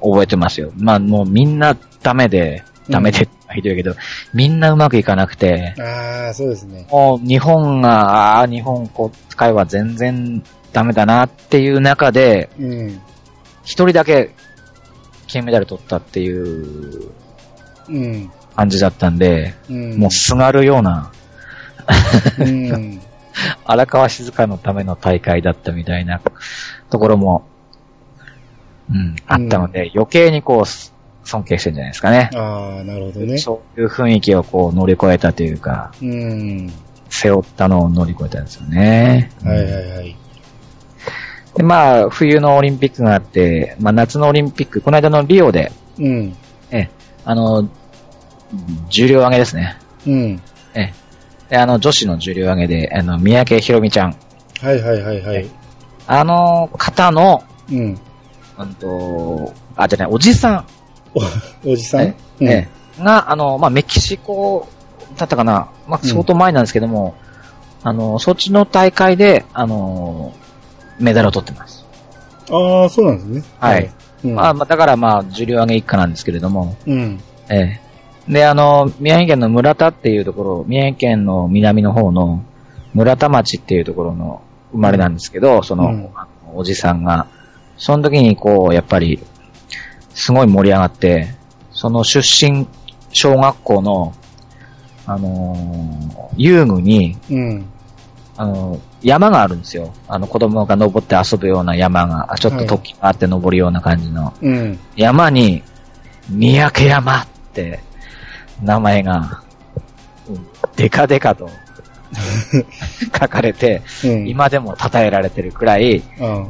S2: 覚えてますよ。まあもうみんなダメで、ダメでってひどいけど、みんなうまくいかなくて、
S1: ああ、そうですね。
S2: もう日本が、ああ、日本こう使えば全然ダメだなっていう中で、
S1: うん。
S2: 一人だけ金メダル取ったっていう
S1: うん。
S2: 感じだったんで、
S1: うん。
S2: もうすがるような
S1: うん。
S2: 荒川静香のための大会だったみたいなところも、うん、あったので、余計にこうす尊敬してるんじゃないですかね。
S1: ああ、なるほどね。
S2: そういう雰囲気をこう乗り越えたというか、
S1: うん。
S2: 背負ったのを乗り越えたんですよね。
S1: はいはいはい。
S2: で、まあ、冬のオリンピックがあって、まあ夏のオリンピック、この間のリオで、
S1: うん。
S2: ええ、あの、重量上げですね。
S1: うん。
S2: ええ。で、あの、女子の重量上げで、あの、三宅ひろみちゃん。
S1: はいはいはいはい。
S2: あの方の、
S1: うん。
S2: うんと、あ、じゃない、おじさ
S1: おじさん
S2: えん、ええが、あの、まあ、メキシコだったかな。まあ、
S1: うん
S2: 相当前なんですけども、あの、そっちの大会で、あの、メダルを取ってます。
S1: ああ、そうなんですね。
S2: はい。
S1: うん。
S2: まあ、まあ、だからまあ、重量上げ一家なんですけれども、
S1: うん。
S2: ええ。で、あの、宮城県の村田っていうところ、宮城県の南の方の村田町っていうところの生まれなんですけど、その、
S1: うん
S2: あのおじさんが、その時にこう、やっぱり、すごい盛り上がって、その出身小学校の、あのー遊具に、
S1: うん。
S2: あの、山があるんですよ。あの、子供が登って遊ぶような山が、ちょっと突起があって登るような感じの。
S1: うん。
S2: 山に、三宅山って、名前が、デカデカと、書かれて、
S1: うん。
S2: 今でも称えられてるくらい、
S1: ああ。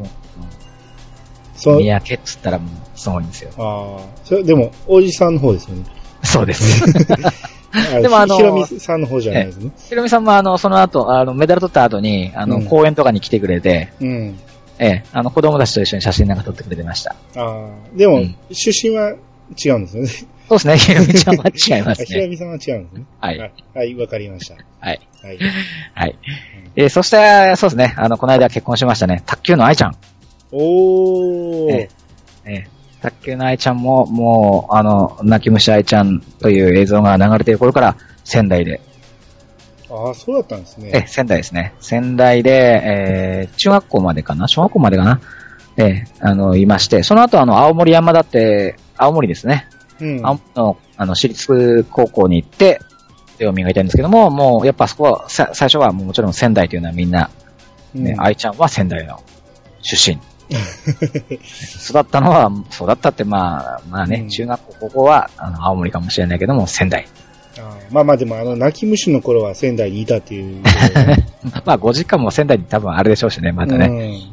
S1: そう
S2: 三。宅っつったらもう、すごいんですよ。
S1: ああ。それ、でも、おじさんの方ですよね。
S2: そう です。
S1: あ
S2: でもあの
S1: ひろみさんの方じゃないですね。
S2: ひろみさんも、あの、その後、あの、メダル取った後に、あ
S1: う
S2: の、
S1: ん
S2: 公園とかに来てくれて、
S1: うん。
S2: ええ、あの、子供たちと一緒に写真なんか撮ってくれてました。
S1: ああ。でも
S2: うん、
S1: 出身は違うんですよね。
S2: そうですね、ひろみちゃんは 違います
S1: ひろ
S2: ね。
S1: みさんは違うんですね。
S2: はい。
S1: あ。はい、わかりました。
S2: はい。
S1: はい。
S2: はい。えーそして、そうですね、あの、この間結婚しましたね、卓球の愛ちゃん。
S1: おー
S2: え。ええ卓球の愛ちゃんも、もう、あの、泣き虫愛ちゃんという映像が流れている頃から、仙台で、
S1: ああ、そうだったんです
S2: ええ、
S1: ね。
S2: 仙台ですね。仙台で、えー中学校までかな小学校までかなええあの、いまして、その後、あの、青森山だって、青森ですね。
S1: うん。
S2: 青森の、あの、私立高校に行って、手を磨いたんですけども、もう、やっぱそこは、さ最初はもうもちろん仙台というのはみんな、ね、
S1: うん
S2: 愛ちゃんは仙台の出身。育ったのは、育ったってまあ、まあね、
S1: うん
S2: 中学校、高校は、あの、青森かもしれないけども、仙台。
S1: あーまあまあでも、あの、泣き虫の頃は仙台にいたっていう ことで。
S2: まあ、ご実家も仙台に多分あるでしょうしね、またね。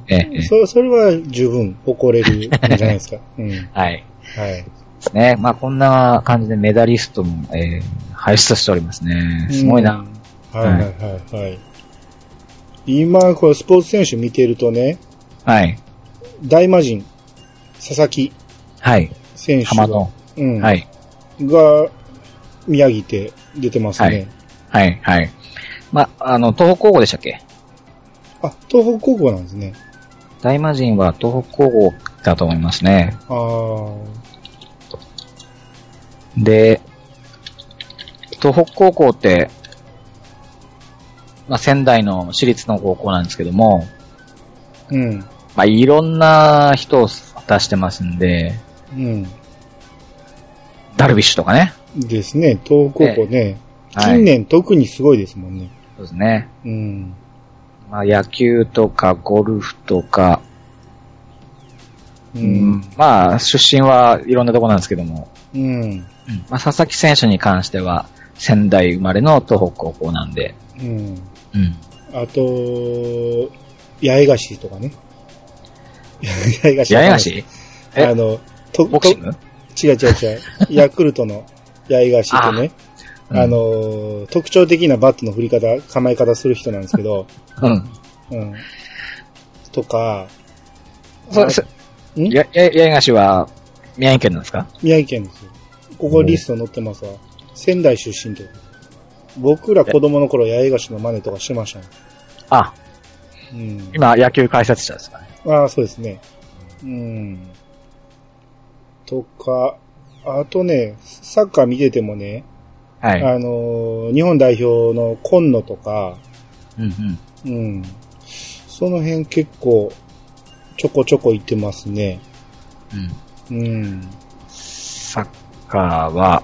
S2: ええ
S1: うん。
S2: ええ
S1: そ、それは十分誇れるんじゃないです か。うん。
S2: はい。
S1: はい。
S2: ですね。まあ、こんな感じでメダリストも、えー、排出しておりますね。すごいな。
S1: うん。はいはいはいはい。今、これスポーツ選手見てるとね、
S2: はい。
S1: 大魔神、佐々木
S2: はい。
S1: 選手
S2: 浜
S1: が、
S2: の。
S1: うん
S2: はい。
S1: が宮城って出てますね。
S2: はい。はい。ま、あの、東北高校でしたっけ
S1: あ、東北高校なんですね。
S2: 大魔神は東北高校だと思いますね。
S1: あー
S2: で、東北高校って、まあ、仙台の私立の高校なんですけども、
S1: うん。
S2: まあ、いろんな人を出してますんで、
S1: うん。
S2: ダルビッシュとかね。
S1: ですね、東北高校ね。
S2: はい
S1: 近年特にすごいですもんね。
S2: そうですね。
S1: うん。
S2: まあ、野球とかゴルフとか、
S1: う
S2: うん
S1: ん。
S2: まあ、出身はいろんなとこなんですけども、
S1: うん。
S2: まあ、佐々木選手に関しては、仙台生まれの東北高校なんで、
S1: うん。
S2: うん。
S1: あと、八重樫とかね。 八重樫
S2: 八重樫え
S1: あの、と、
S2: ボク
S1: と
S2: シング
S1: 違う違う 違う。ヤクルトの八重樫とね、
S2: うん
S1: あのー特徴的なバットの振り方、構え方する人なんですけど、
S2: うん。
S1: うん。とか、
S2: そう
S1: あ
S2: です。
S1: ん
S2: や、や、やいがしは、宮城県なんですか
S1: 宮城県ですよ。ここリスト載ってますわ。仙台出身と。僕ら子供の頃、八重樫の真似とかしてましたね。
S2: あ、
S1: うん。
S2: 今、野球解説者ですかね。
S1: ああ、そうですね。うん。とか、あとね、サッカー見ててもね、
S2: はい。
S1: あのー日本代表の今野とか、
S2: うんうん。
S1: うん。その辺結構、ちょこちょこ行ってますね。
S2: うん。
S1: うん。
S2: サッカーは、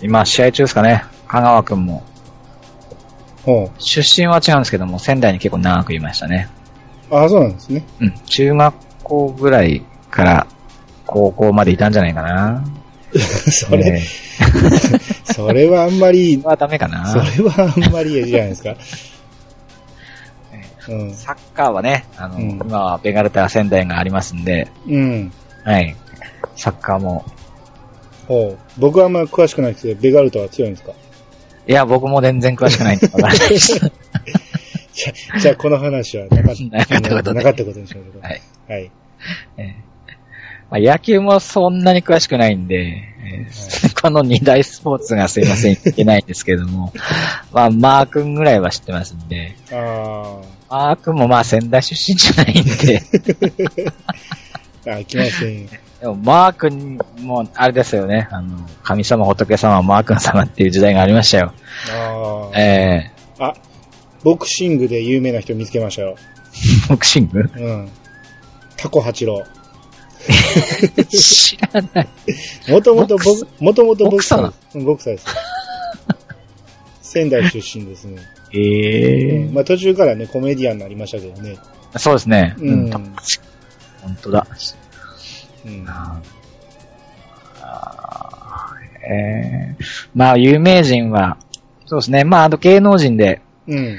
S2: 今、試合中ですかね。香川くんも。
S1: ほう。
S2: 出身は違うんですけども、仙台に結構長くいましたね。
S1: ああ、そうなんです ね。
S2: うん。中学校ぐらいから、高校までいたんじゃないかな。
S1: それ、
S2: え
S1: それはあんまり
S2: ー、はダメかな
S1: そ。れはあんまりえじゃないですか。うん。
S2: サッカーはね、あの、
S1: うん
S2: 今はベガルタ仙台がありますんで、
S1: うん。
S2: はい。サッカーも、
S1: ほう。僕はあんまり詳しくないですけど、ベガルトは強いんですか
S2: いや、僕も全然詳しくないんで、わかんないです。
S1: じゃあ、じゃあこの話はなかっ
S2: なかったことで
S1: なかったことにしましょう。
S2: はい。
S1: はい。
S2: まあ、野球もそんなに詳しくないんで、えー この二大スポーツがすいません、いけないんですけども、 まあ、マー君ぐらいは知ってますんで、
S1: あ
S2: マー君もまあ仙台出身じゃないん で、
S1: ーあ、来ません。
S2: でもマー君も、あれですよね、あの、神様、仏様、マー君様っていう時代がありましたよ。
S1: あー
S2: え
S1: あ、ボクシングで有名な人見つけましたよ。
S2: ー、ボクシン グ
S1: うん。タコ八郎。
S2: 知らない。
S1: もともとボ
S2: ボク
S1: ク、もともとボクサー
S2: ボ
S1: で
S2: ク
S1: す。うんボクサーです。仙台出身ですね。
S2: え
S1: まあ途中からね、コメディアンになりましたけどね。
S2: そうですね。
S1: う
S2: うん
S1: ん。。
S2: 本当だ。
S1: うん。
S2: えー、まあ、有名人は、そうですね。まあ、あの、芸能人で
S1: うん。
S2: 言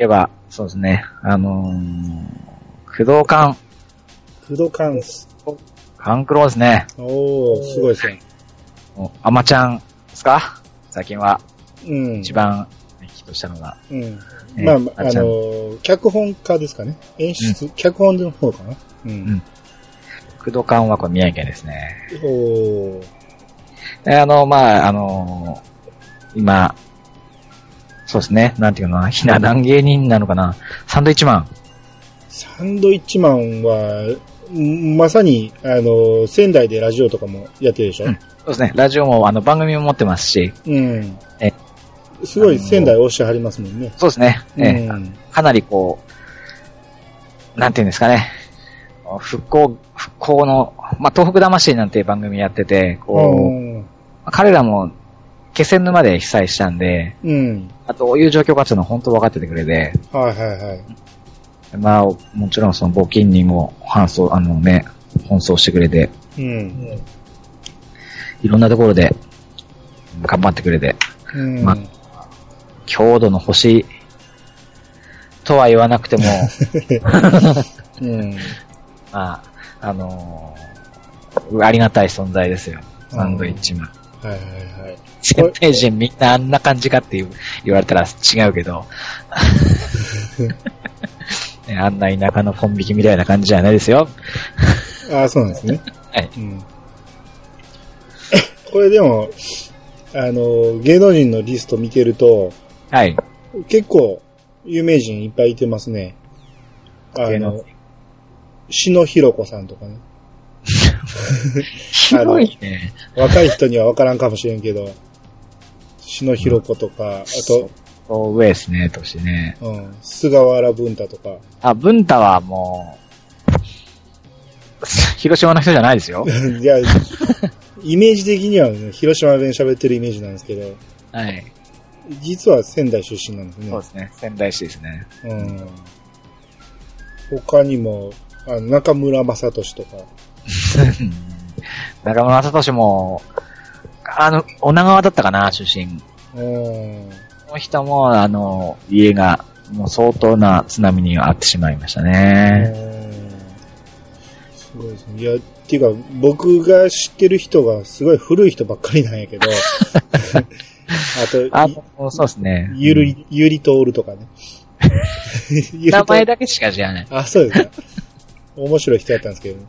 S2: えば、そうですね。あのー、工藤館、
S1: 不動関数。
S2: 勘九郎ですね。
S1: おー、すごいですね。
S2: もうアマちゃんですか最近は、
S1: うん。
S2: 一番ヒットしたのが。
S1: うん。
S2: えー
S1: まあ、あの
S2: まあちゃん
S1: ー、脚本家ですかね。演出、脚本の方かな。うんん。
S2: 工藤館はこれ宮城県ですね。
S1: おー、
S2: えーあの、まあ、あのー、今、そうですね。なんていうのかな。ひな壇芸人なのかな。サンドイッチマン。
S1: サンドイッチマンは、んまさに、あのー、仙台でラジオとかもやってるでしょ。
S2: うんそうですね。ラジオも、あの、番組も持ってますし。
S1: うん。
S2: え
S1: すごい仙台押してはりますもんね。
S2: そうですね。えー
S1: うん。
S2: かなりこう、なんていうんですかね、復興、復興の、まあ、東北魂なんていう番組やってて、こう、
S1: うん。
S2: 彼らも気仙沼で被災したんで、
S1: うん。
S2: あと、どういう状況かっていうのは本当分かっててくれて、
S1: はいはいはい。
S2: まあ、もちろんその募金にも搬送、あのね、奔走してくれて、
S1: うん。
S2: いろんなところで頑張ってくれて、
S1: うん。
S2: ま郷土の星とは言わなくても、
S1: うん。
S2: まあ、あのーありがたい存在ですよ。サンドイッチマン。
S1: はいはいはい。
S2: 先輩人みんなあんな感じかって言う言われたら違うけ ど、ねあんな田舎のコンビニみたいな感じじゃないですよ。
S1: ああ、そうなんですね。
S2: はい。
S1: うん。 これでも、あの、芸能人のリスト見てると、
S2: はい。
S1: 結構、有名人いっぱいいてますね。あ
S2: 芸能
S1: の、篠弘子さんとかね。
S2: 広いね。
S1: 若い人には分からんかもしれんけど、篠弘子とか、あと、
S2: 上ですね、年ね。
S1: うん、菅原文太とか、
S2: あ、文太はもう、広島の人じゃないですよ。
S1: いや、イメージ的には、ね、広島弁喋ってるイメージなんですけど、
S2: はい。
S1: 実は仙台出身なんですね。
S2: そうですね。仙台市ですね。
S1: うん。他にも、あ中村雅俊とか、
S2: 中村聡も、あの、女川だったかな、出身。
S1: うん。
S2: この人も、あの、家が、もう相当な津波に遭ってしまいましたね。
S1: すごいですね。いや、っていうか、僕が知ってる人がすごい古い人ばっかりなんや けど、あ
S2: あ
S1: と、
S2: の、そうですね。
S1: ゆゆり、ゆりとおると かね。ゆりとお
S2: 名
S1: る
S2: 前だけしか知らない。
S1: あ、そうですね。面白い人やったんですけどね。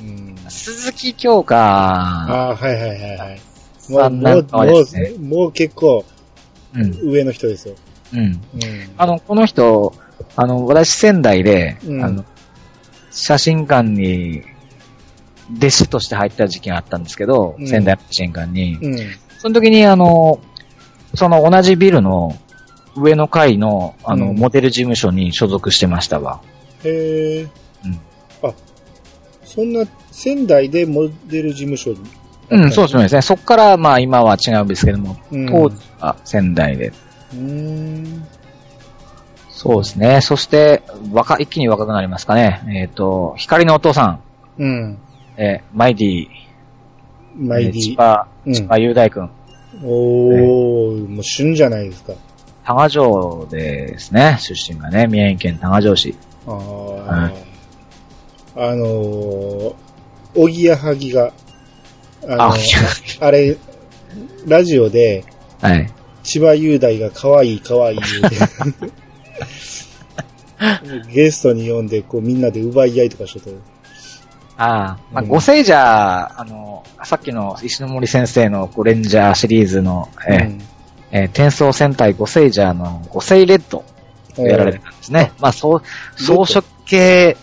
S1: うん。
S2: 鈴木京香
S1: あーはいはいはいはい。も
S2: さ
S1: う、
S2: んな
S1: も
S2: んかはですね。
S1: う、もう結構
S2: うん。
S1: 上の人ですよ。
S2: うん。
S1: うん。
S2: あの、この人、あの、私仙台で、
S1: うん
S2: あの、写真館に、弟子として入った時期があったんですけど、
S1: うん
S2: 仙台の写真館に。
S1: うん。
S2: その時に、あの、その同じビルの上の階の、あの、
S1: うん
S2: モデル事務所に所属してましたわ。
S1: へえ。
S2: うん
S1: あ、そんな仙台でモデル事務所に。
S2: うん、そうですね。そこから、まあ今は違うんですけども、
S1: うん
S2: 当時は仙台で。
S1: うーん。
S2: そうですね。そして、若、一気に若くなりますかね。えっ、と、光のお父さん、
S1: うん。
S2: えーマイディ、
S1: マイ
S2: えー
S1: デ
S2: 千
S1: ィ。
S2: 葉、
S1: うん
S2: 千葉雄大君、
S1: おー、もう旬じゃないですか。
S2: 多賀城ですね。出身がね、宮城県多賀城市。
S1: ああ。あのー、おぎやはぎが、あの
S2: あ、
S1: あれ、ラジオで、
S2: はい。
S1: 千葉雄大が可愛い可愛い 言うてゲストに呼んで、こうみんなで奪い合いとかしとった
S2: ああ、まあ、
S1: うん
S2: 五聖じゃ、あの、さっきの石ノ森先生のゴレンジャーシリーズの、えー
S1: うん
S2: えー転送戦隊五聖ジャーの五聖レッドとやられてたんですね。まあ、そう、装飾系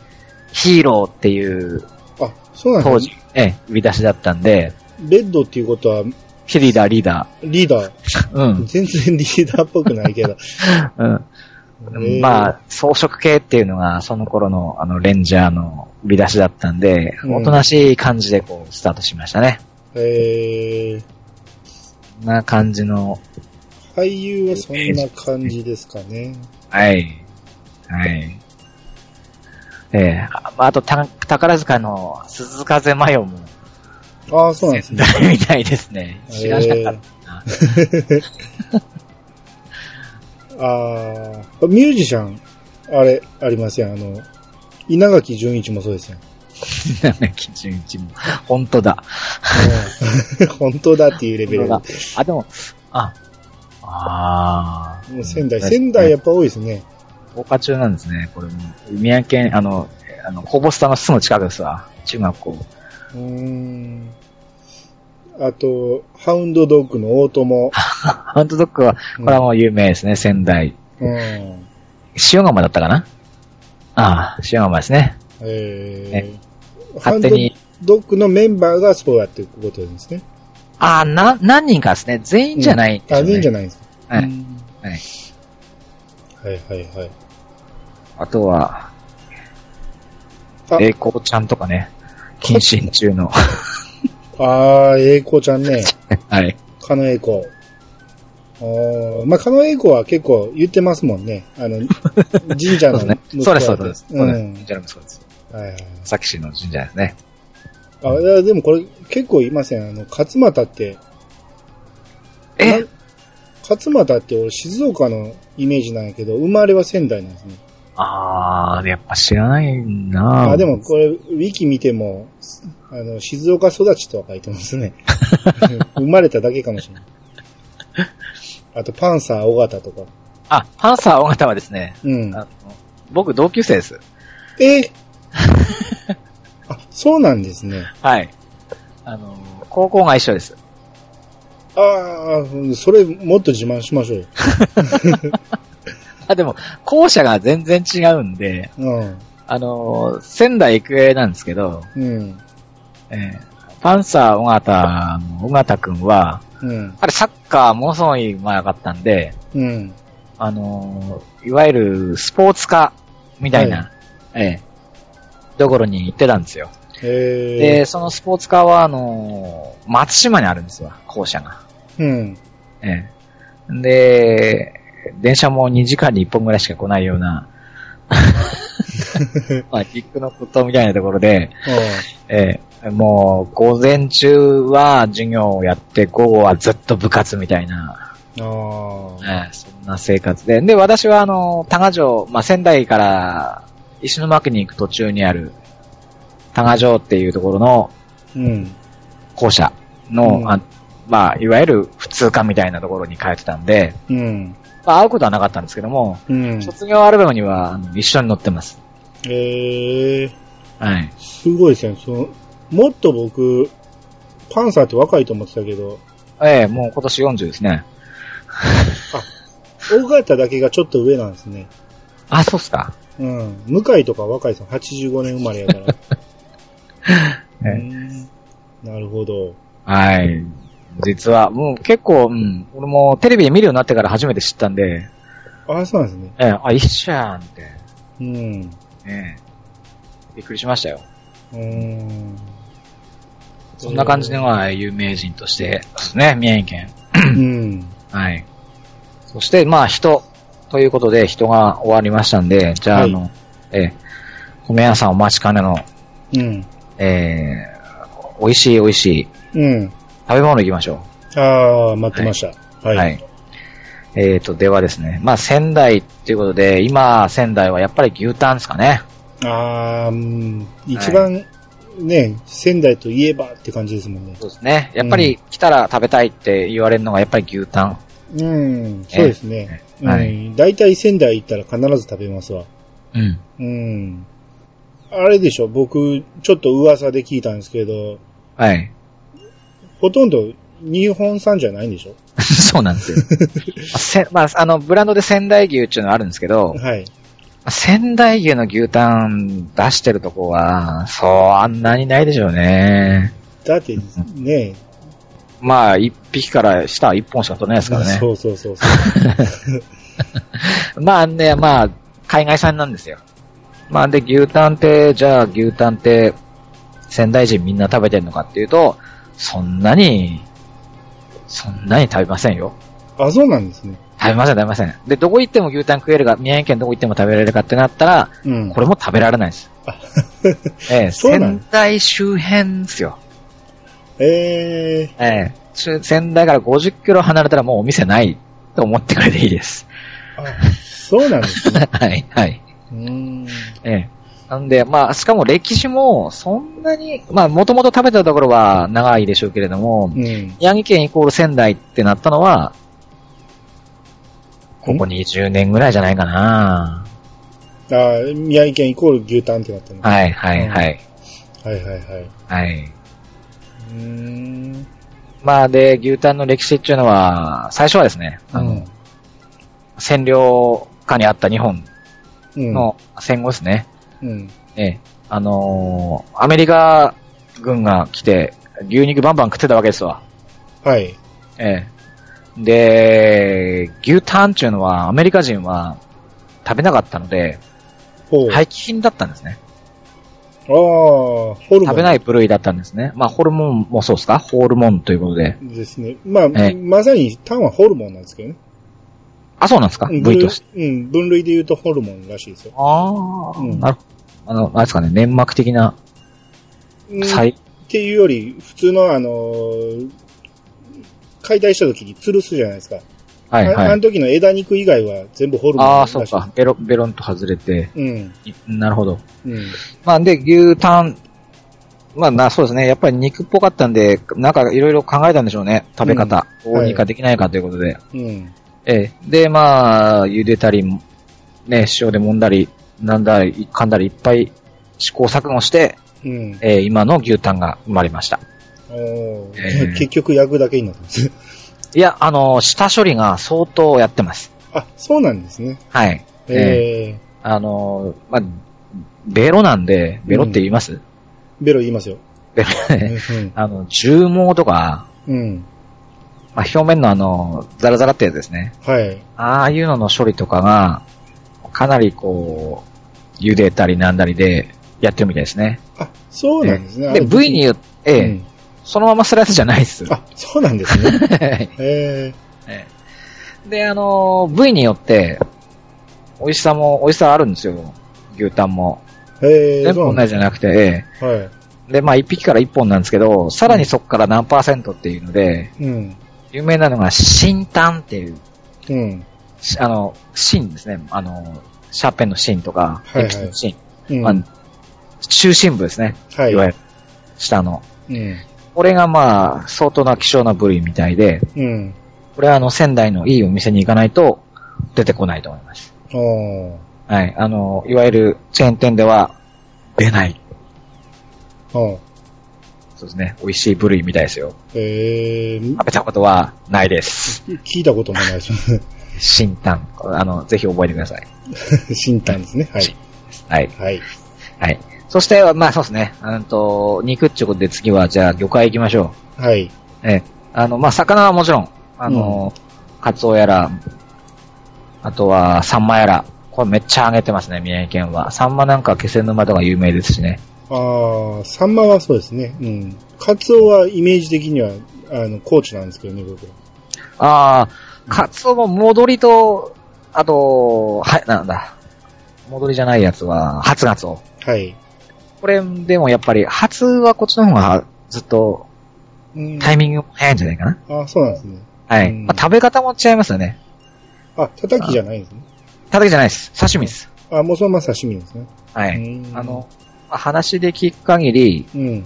S2: ヒーローっていう
S1: あ、そうなん
S2: 当
S1: ですね
S2: 時、ええ、売り出しだったんで、
S1: レッドっていうことは、
S2: ヒリーダーリーダ
S1: リーダー。
S2: ー。うん。
S1: 全然リーダーっぽくないけど。
S2: うん。 まあ、装飾系っていうのが、その頃の、あの、レンジャーの売り出しだったんで、
S1: うん
S2: おとなしい感じでこう、スタートしましたね。
S1: えー、え
S2: こんな感じの、
S1: ー、俳優はそんな感じですか ね。
S2: はい。はい。ええあまあ、あと、た宝塚の鈴風マヨも、
S1: ああ、そうなんです
S2: 仙
S1: ね。
S2: 台 みたいですね。知らなかったな。
S1: ああ、ミュージシャン、あれ、ありません。あの、稲垣淳一もそう ですよ。
S2: なんか 基準一も。本当だ。
S1: うん 本当だっていうレベル
S2: 本当
S1: で
S2: だ。あ、でも、あ、あ
S1: も
S2: あ。
S1: う仙台、仙台やっぱ多いですね。
S2: 放課中なんですね。これも。宮城県、あの、えあの、コボスタのすぐ近くですわ。中学校。
S1: うーん。あと、ハウンドドッグの大友。
S2: ハンドドッグは、これはもう有名ですね、仙台。
S1: うん。
S2: 塩釜だったかなああ、塩釜ですね。
S1: えー、ハウ
S2: 勝
S1: ン
S2: 手
S1: ド
S2: に。
S1: ドッグのメンバーがそうやっていうことですね。
S2: ああ、な、何人かですね。全員じゃない、
S1: あ、いいんじゃ
S2: な
S1: な
S2: い。
S1: いですか。
S2: はい
S1: うん
S2: はい
S1: はいはいはい。
S2: あとは
S1: あ、
S2: 栄光ちゃんとかね。謹慎中の。
S1: あー、栄光ちゃんね。
S2: はい。
S1: カノエイコ。おーまあ、カノエイコは結構言ってますもんね。あ の、神社
S2: そう
S1: の
S2: ですね
S1: 息。子
S2: そう
S1: だ
S2: で
S1: っ
S2: す、
S1: て
S2: そうです。そうです。神社の息子です。
S1: うん。はいはいはい
S2: 佐木市の神社ですね。
S1: あ、いや、でもこれ結構いません。あの、勝俣って、
S2: え
S1: 勝俣って俺静岡のイメージなんやけど、生まれは仙台なんですね。
S2: あー、やっぱ知らないな
S1: あ、でもこれ、ウィキ見ても、あの、静岡育ちとは書いてます ね。生まれただけかもしれない。あと、パンサー尾形とか。
S2: あ、パンサー尾形はですね、
S1: うん。
S2: あの僕同級生です。
S1: えあ、そうなんですね。
S2: はい。あの、高校が一緒です。
S1: ああ、それもっと自慢しましょうよ。
S2: あ、でも、校舎が全然違うんで、
S1: うん。
S2: あの、仙台育英なんですけど、
S1: うん。
S2: えーパンサー尾形の尾形くんは、
S1: うん。
S2: あれサッカーものすごいうまかったんで、
S1: うん。
S2: あのーいわゆるスポーツ科みたいな、ええ、ところに行ってたんですよ。
S1: え
S2: で、そのスポーツ科は、あのー松島にあるんですわ、校舎が。
S1: ー、うん。
S2: ええ。で、電車も2時間に1本ぐらいしか来ないような、まあ、キックのことみたいなところで、ええ、もう、午前中は授業をやって、午後はずっと部活みたいな、
S1: ああ。
S2: ええそんな生活で。で、私はあの、多賀城、まあ、仙台から石巻に行く途中にある、多賀城っていうところの
S1: うん。
S2: 校舎の、
S1: うん
S2: あまあ、いわゆる普通科みたいなところに通ってたんで、
S1: うん。
S2: まあ、会うことはなかったんですけども、
S1: うん。
S2: 卒業アルバムにはあの一緒に載ってます。
S1: ええー、
S2: はい。
S1: すごいですね。その、もっと僕、パンサーって若いと思ってたけど、
S2: ええもう今年40ですね。
S1: 大型だけがちょっと上なんですね。
S2: あ、そうっすか。
S1: うん。向井とか若いさん85年生まれ やから。
S2: え
S1: うんなるほど。
S2: はい。実は、もう結構、うん、俺もテレビで見るようになってから初めて知ったんで、
S1: ああ、そうなんですね。
S2: ええあ、一緒やんって。
S1: うん。
S2: ねえ。びっくりしましたよ。
S1: うーん。
S2: そんな感じで、まあ、有名人として、ですね、宮城県。
S1: うん。
S2: はい。そして、まあ、人、ということで、人が終わりましたんで、じゃあ、
S1: はい
S2: あの、えー、米屋さんお待ちかねの、
S1: うん。
S2: えー、美味しい美味しい
S1: うん。
S2: 食べ物行きましょ
S1: ああ、待ってました。は
S2: う。
S1: い。
S2: はい。えーと、ではですね、まあ、仙台っていうことで、今、仙台はやっぱり牛タンですかね。
S1: ああ、うん。一番、ね、仙台といえばって感じですもんね。
S2: そうですね。やっぱり来たら食べたいって言われるのが、やっぱり牛タン。
S1: うん。そうですね。うん
S2: は
S1: 大体仙台行ったら必ず食べますわ。
S2: うん。
S1: うん。あれでしょ、僕、ちょっと噂で聞いたんですけど、
S2: はい。
S1: ほとんど日本産じゃないんでしょ
S2: そうなん ですよ。まあせまあ、あの、ブランドで仙台牛っていうのはあるんですけど、ま
S1: はい。
S2: あ仙台牛の牛タン出してるとこは、そう、あんなにないでしょうね。
S1: だってね、
S2: まあ、一匹から下は一本しか取れないですからね。
S1: そうそう そうそう。
S2: まあね、まあ、海外産なんですよ。まあで、牛タンって、じゃあ牛タンって、仙台人みんな食べてるのかっていうと、そんなに、そんなに食べませんよ。
S1: あ、そうなんですね。
S2: 食べません、食べません。で、どこ行っても牛タン食えるか、宮城県どこ行っても食べられるかってなったら、
S1: うん。
S2: これも食べられないです。え え、
S1: そうなの
S2: 仙台周辺ですよ。
S1: ええ
S2: ええ、中仙台から50キロ離れたらもうお店ないと思ってくれていいです。
S1: あ、そうなんですね。
S2: はい、はい。
S1: うーん。
S2: ええ。なんで、まあ、しかも歴史もそんなに、まあ、もともと食べてたところは長いでしょうけれども、
S1: うん。
S2: 宮城県イコール仙台ってなったのは、ここ20年ぐらいじゃないかな。
S1: あ、宮城県イコール牛タンってなったの。は
S2: はい、はい、は
S1: い
S2: い。
S1: はいはい。う
S2: はい。
S1: ーん。
S2: まあ、で、牛タンの歴史っていうのは、最初はですね、あの、占領下にあった日本
S1: うん。
S2: の戦後ですね。
S1: うん。
S2: ええ。あのーアメリカ軍が来て、牛肉バンバン食ってたわけですわ。
S1: はい。
S2: ええ。で、牛タンっていうのはアメリカ人は食べなかったので、
S1: ほう。
S2: 廃棄品だったんですね。
S1: ああ、ホルモン。
S2: 食べない部類だったんですね。まあ、ホルモンもそうですかホルモンということで。
S1: ですね。まあ、
S2: ええ
S1: まさにタンはホルモンなんですけどね。
S2: あ、そうなんですか
S1: うん
S2: 部位として。
S1: うん、分類で言うとホルモンらしい ですよ。
S2: ああ、
S1: うん
S2: なるあの、あれですかね、粘膜的な、
S1: うん
S2: 細
S1: っていうより、普通のあのー解体した時に吊るすじゃないですか。
S2: はい
S1: ああ
S2: は
S1: の
S2: い。
S1: 時の枝肉以外は全部ホルモン
S2: ああ、
S1: らしい
S2: そうか。。ベロ、ベロンと外れて。
S1: うん。
S2: なるほど。
S1: うん。
S2: まあ、で、牛タンまあな、そうですね。やっぱり肉っぽかったんで、なんかいろいろ考えたんでしょうね。食べ方。
S1: うん
S2: どうにかできないかということで。
S1: うん。
S2: ええ。で、まあ、茹でたり、ね、塩で揉んだり、なんだり、噛んだりいっぱい試行錯誤して、
S1: うん。
S2: ええ今の牛タンが生まれました。
S1: おー
S2: えー
S1: 結局焼くだけになってます。
S2: いや、あの、下処理が相当やってます。
S1: あ、そうなんですね。
S2: はい。え
S1: え
S2: え
S1: ー、
S2: あの、まあ、ベロなんで、ベロって言います、
S1: ベロ言いますよ。
S2: ベロねあの、重毛とか、
S1: うん。うん。
S2: まあ、表面のあの、ザラザラってやつですね。
S1: はい。
S2: ああいうのの処理とかが、かなりこう、茹でたりなんだりでやってるみたいですね。
S1: あ、そうなんですね。
S2: で、部位によって、ええ
S1: うん
S2: そのままスライスじゃない です。
S1: あ、そうなんですね。
S2: はい
S1: え
S2: ええで、あのー部位によって、美味しさも、美味しさあるんですよ。牛タンも。
S1: ー、えー、
S2: 全部
S1: そうな
S2: 同
S1: ん
S2: じじゃなくて、え
S1: ですは
S2: えで、まあ、一匹から一本なんですけど、さらにそこから何パーセントっていうので、
S1: い。うん。
S2: 有名なのが、新タンっていう、
S1: うん。
S2: しあの、芯ですね。あの、シャーペンの芯とか、
S1: はいはい
S2: 鉛筆の芯。
S1: うん。
S2: まあ、中心部ですね。
S1: はい
S2: わゆる、下の。
S1: うん。
S2: これがまあ、相当な希少な部類みたいで、
S1: うん。
S2: これはあの、仙台のいいお店に行かないと出てこないと思います。
S1: おー
S2: はい。あの、いわゆるチェーン店では出ない。
S1: おー
S2: そうですね。美味しい部類みたいですよ。
S1: えー、
S2: 食べたことはないです。
S1: 聞いたこともないですね。
S2: 新炭。あの、ぜひ覚えてください。
S1: 新丹ですね。はい。
S2: はい。
S1: はい。
S2: はい。そして、まあそうですね。うんと、肉っていうことで次は、じゃあ魚介行きましょ
S1: はい。
S2: う。ええ。あの、まあ魚はもちろん、あの、カツオやら、あとはサンマやら。これめっちゃ揚げてますね、宮城県は。サンマなんか気仙沼とか有名ですしね。
S1: ああ、サンマはそうですね。うん。カツオはイメージ的には、あの、高知なんですけどね、僕は。
S2: ああ、カツオも戻りと、あと、はい、なんだ。戻りじゃないやつは、初ガツオ。
S1: はい。
S2: これ、でもやっぱり、初はこっちの方がずっと
S1: うん。
S2: タイミングも早いんじゃないかな。
S1: ああ、そうなんですね。
S2: はい。
S1: うん
S2: まあ、食べ方も違いますよね。
S1: あ、叩きじゃないんですね。
S2: ただけじゃないです。刺身です。
S1: あ、もうそのまま刺身ですね。
S2: は
S1: う
S2: い。
S1: ん
S2: あの、、まあ話で聞く限り、
S1: うん。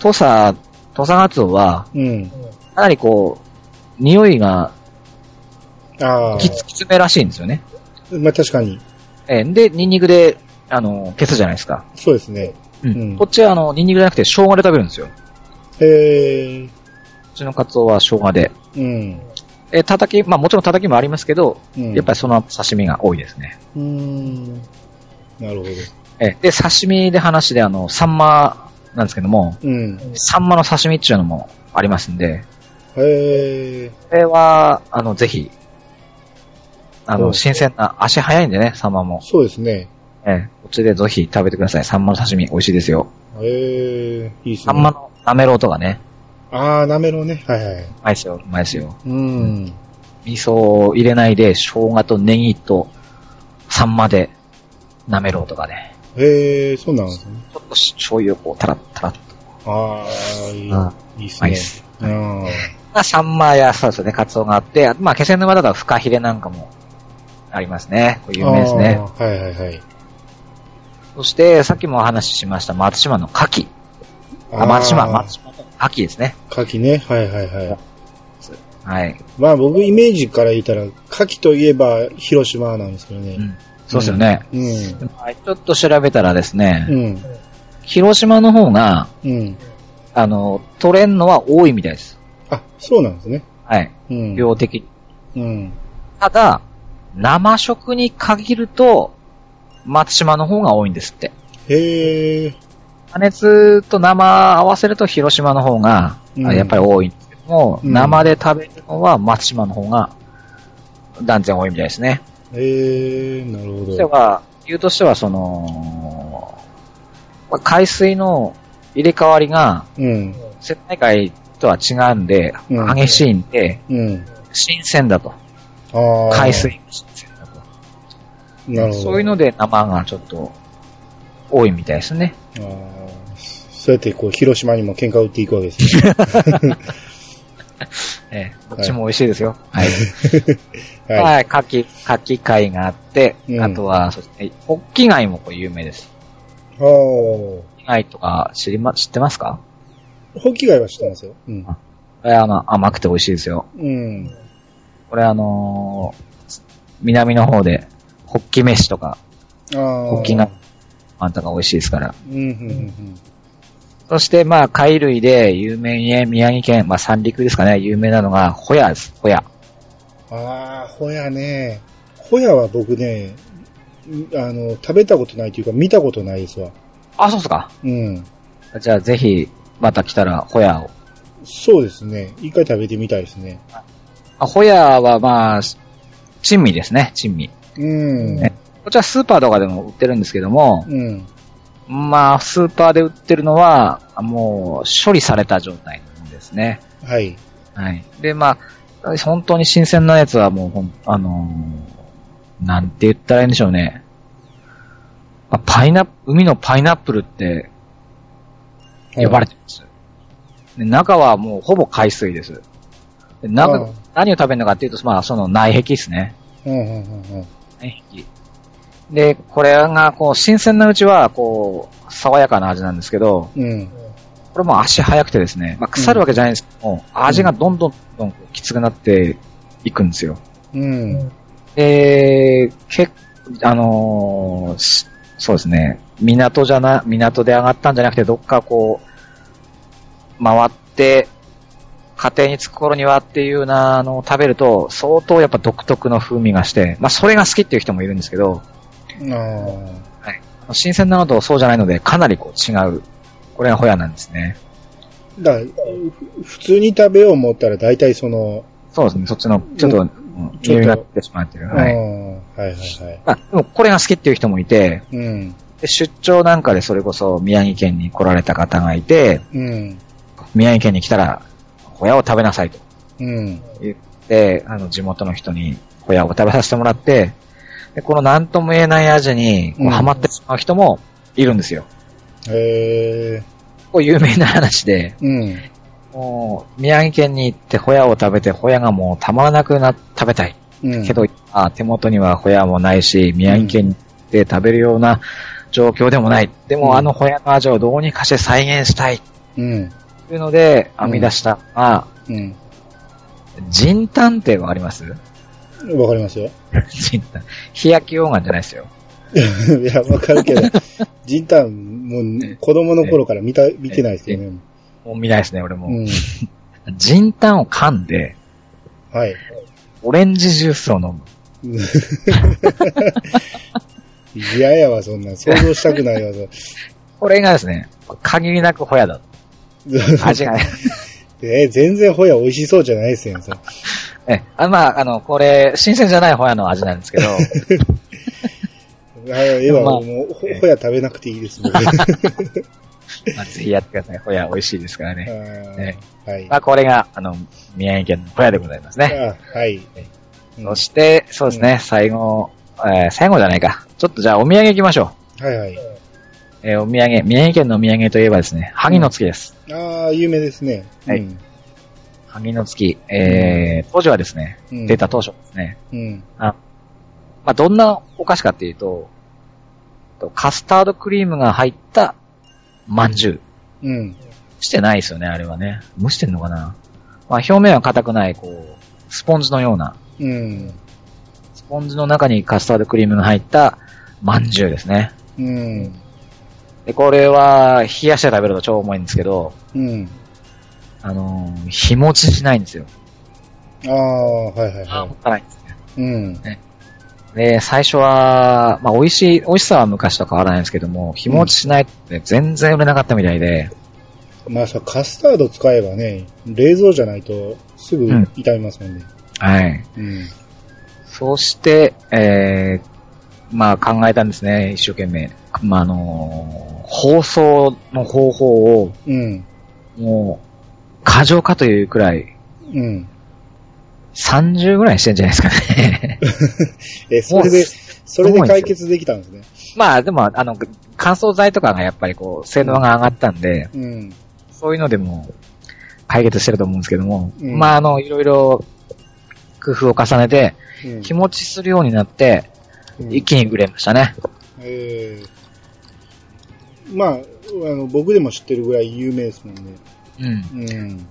S2: 土佐、土佐ガツオは、
S1: うん。
S2: かなりこう、匂いが
S1: ああ
S2: き、つきつめらしいんですよね。
S1: まあ確かに。
S2: えーで、ニンニクで、あの、消すじゃないですか。
S1: そうですね。
S2: うん。
S1: うん
S2: こっちは、あの、ニンニクじゃなくて、生姜で食べるんですよ。
S1: えー、
S2: うちのカツオは生姜で。
S1: うん。
S2: えー、叩き、まあもちろん叩きもありますけど、
S1: うん
S2: やっぱりその刺身が多いですね。
S1: うーん。なるほど。
S2: えーで、刺身で話であの、サンマなんですけども、
S1: うん。
S2: サンマの刺身っていうのもありますんで、
S1: えー、
S2: これは、あの、ぜひ、あ
S1: う
S2: の、
S1: ん
S2: 新鮮な、足早いんでね、サンマも。
S1: そうですね。
S2: えーこっちでぜひ食べてください。サンマの刺身美味しいですよ。
S1: えー、いいですね。
S2: サンマのなめろうとかね、
S1: あー、なめろうね。はいはい。
S2: うまいですよ、うまいですよ。
S1: うん。
S2: 味噌を入れないで、生姜とネギと、サンマで、なめろうとかね。
S1: えー、そうなんですね。
S2: ちょっと醤油をこう、たらたらっと。
S1: あ
S2: あ
S1: ー、いいいいっす
S2: まあいい
S1: ね
S2: っす。
S1: うん。
S2: まあ、サンマや、そうですね、カツオがあって、あまあ、気仙沼だとフカヒレなんかもありますね。これ有名ですね。
S1: あー。はいはいはい。
S2: そして、さっきもお話ししました、松島の牡蠣。あ、
S1: ー
S2: 松島、松島の牡蠣ですね。
S1: 牡蠣ね。はいはいはい。
S2: はい。
S1: まあ僕イメージから言ったら、牡蠣といえば広島なんですけど
S2: う
S1: ね。
S2: ん。そうですよね。
S1: うん。
S2: はいちょっと調べたらですね、
S1: うん。
S2: 広島の方が、
S1: うん。
S2: あの、取れんのは多いみたいです。
S1: あ、そうなんですね。
S2: はい。
S1: うん。
S2: 量的に。
S1: うん。
S2: ただ、生食に限ると、松島の方が多いんですって。
S1: へえ。
S2: 加熱と生合わせると広島の方が、
S1: うん
S2: あやっぱり多いんですけども、
S1: うん
S2: 生で食べるのは松島の方が断然多いみたいですね。
S1: ええ、なるほ
S2: それ
S1: ど。
S2: は、理由としてはその、まあ海水の入れ替わりが
S1: うん。
S2: 瀬戸内海とは違うんで、
S1: うん
S2: 激しいんで、
S1: うん。
S2: 新鮮だと。
S1: ああ。
S2: 海。水が新鮮だと。
S1: なるほど。
S2: そういうので生がちょっと多いみたいですね。
S1: あーそうやってこう、広島にも喧嘩売っていくわけ ですね。
S2: ええ、どっちも美味しいですよ。はい。
S1: はい。
S2: はい、牡蠣、牡蠣貝があって、
S1: うん
S2: あとは、そうですね、ホッキ貝もこれ有名です。
S1: おー。
S2: 貝とか知りま、知ってますか
S1: ホッキ貝は知ってますよ。うん。
S2: これあの、甘くて美味しいですよ。
S1: うん。
S2: これあのー南の方で、ホッキ飯とか、
S1: ああ。
S2: ホッキが、あんたが美味しいですから。
S1: うん、うん、うん。
S2: そして、まあ、貝類で有名に、宮城県、まあ、三陸ですかね、有名なのが、ホヤです。ホヤ。
S1: ああ、ホヤね。ホヤは僕ね、んあの、食べたことないというか見たことないですわ。
S2: あ、そうっすか。
S1: うん。
S2: じゃあ、ぜひ、また来たら、ホヤを。
S1: そうですね。一回食べてみたいですね。
S2: あホヤは、まあ、珍味ですね、珍味。
S1: うん。
S2: ねこちらスーパーとかでも売ってるんですけども、
S1: うん。
S2: まあ、スーパーで売ってるのは、もう、処理された状態なんですね。
S1: はい。
S2: はい。で、まあ、本当に新鮮なやつはもうほん、あのーなんて言ったらいいんでしょうね。まあ、パイナップ、海のパイナップルって呼ばれてます。で中はもうほぼ海水です。で中
S1: うん
S2: 何を食べるのかっていうと、まあ、その内壁ですね。
S1: うん、うん、うん、うん。
S2: 内壁。で、これが、こう、新鮮なうちは、こう、爽やかな味なんですけど、
S1: うん。
S2: これも足早くてですね、まあ、腐るわけじゃないんですけども、味がどんどんどんどんきつくなっていくんですよ。
S1: うん。
S2: で、けあのーしそうですね、港じゃな、港で上がったんじゃなくて、どっかこう、回って、家庭に着く頃にはっていうようなのを食べると、相当やっぱ独特の風味がして、まあそれが好きっていう人もいるんですけど、
S1: ああ。
S2: 新鮮なのとそうじゃないので、かなりこう違う。これがホヤなんですね。
S1: だからふ普通に食べよう思ったら大体その、
S2: そうですね、そっちの、ちょっと、う
S1: ちょっ
S2: ん
S1: と
S2: 匂いになってしまってる。は
S1: う
S2: い。
S1: んはいはいはい。
S2: まあ、でもこれが好きっていう人もいて、
S1: うん。
S2: で出張なんかでそれこそ宮城県に来られた方がいて、
S1: うん。
S2: 宮城県に来たら、ホヤを食べなさいと
S1: うん。
S2: 言って、あの、地元の人にホヤを食べさせてもらって、でこの何とも言えない味に、こ
S1: う
S2: うんハマってしまう人もいるんですよ。
S1: えー。
S2: こう有名な話で、
S1: うん。
S2: もう、宮城県に行ってホヤを食べて、ホヤがもうたまらなくな、食べたい。
S1: うん。
S2: けど、あ手元にはホヤもないし、宮城県で食べるような状況でもない。で
S1: うん
S2: も、あのホヤの味をどうにかして再現したい。
S1: うん。
S2: というので、編み出した、あ、
S1: うん。
S2: ジンタンってわかります
S1: わかりますよ。
S2: ジンタン。日焼き溶岩じゃないですよ。
S1: いや、わかるけど、ジンタン、もう、子供の頃から見た、見てないですけどね。
S2: もう見ないですね、俺も。
S1: うん。
S2: ジンタンを噛んで、
S1: はい。
S2: オレンジジュースを飲む。
S1: 嫌やわ、そんなん。想像したくないわ、そ
S2: これがですね、限りなくホヤ だ。味がね。
S1: え、全然ホヤ美味しそうじゃないですよ、それ
S2: え、あまあ、あの、これ、新鮮じゃないホヤの味なんですけど、
S1: あええわ、
S2: まあ
S1: もう、ほホヤ食べなくていいで す、僕あ
S2: まあ、ぜひやってください。ホヤ美味しいですからね。
S1: ーはい。
S2: まあ、これが、あの、宮城県の小屋でございますね。
S1: あはい。うん
S2: そして、そうですね、最後、えー最後じゃないか。ちょっとじゃあ、お土産行きましょ
S1: はいはい。
S2: う。えーお土産、宮城県のお土産といえばですね、萩の月です。
S1: ああ、有名ですね。
S2: はい
S1: うん。
S2: 萩の月、えー当時はですね、
S1: うん
S2: 出た当初ですね、
S1: うん。
S2: まあ、どんなお菓子かっていうと、とカスタードクリームが入った、まんじゅう。
S1: うん。
S2: してないですよね、あれはね。蒸してんのかなまあ、表面は硬くない、こう、スポンジのような、
S1: うん。
S2: スポンジの中にカスタードクリームが入った、まんじゅうですね。
S1: うん。
S2: で、これは、冷やして食べると超重いんですけど、
S1: うん。
S2: あのー日持ちしないんですよ。
S1: ああ、はいはい
S2: も
S1: は
S2: ったいない。
S1: い。うん。
S2: で、最初は、まあ、美味しい、美味しさは昔と変わらないんですけども、日持ちしないって全然売れなかったみたいで、
S1: まあさ、カスタード使えばね、冷蔵じゃないとすぐ
S2: うん
S1: 傷みますもんね。
S2: はい。
S1: うん。
S2: そして、えーまあ、考えたんですね、一生懸命。まあ、あのー放送の方法を、
S1: うん。
S2: もう、過剰化というくらい、
S1: うん。
S2: 30ぐらいしてんじゃないですかね。
S1: え、それで、
S2: も
S1: それで解決できたんですね。
S2: まあ、でも、あの、乾燥剤とかがやっぱりこう、性能が上がったんで、
S1: うん。
S2: そういうのでも解決してると思うんですけども、
S1: うん
S2: まあ、あの、いろいろ工夫を重ねて、
S1: うん
S2: 日持ちするようになって、
S1: うん
S2: 一気に売れましたね。
S1: えーまあ、あの、僕でも知ってるぐらい有名ですもんね。
S2: うん。
S1: うん。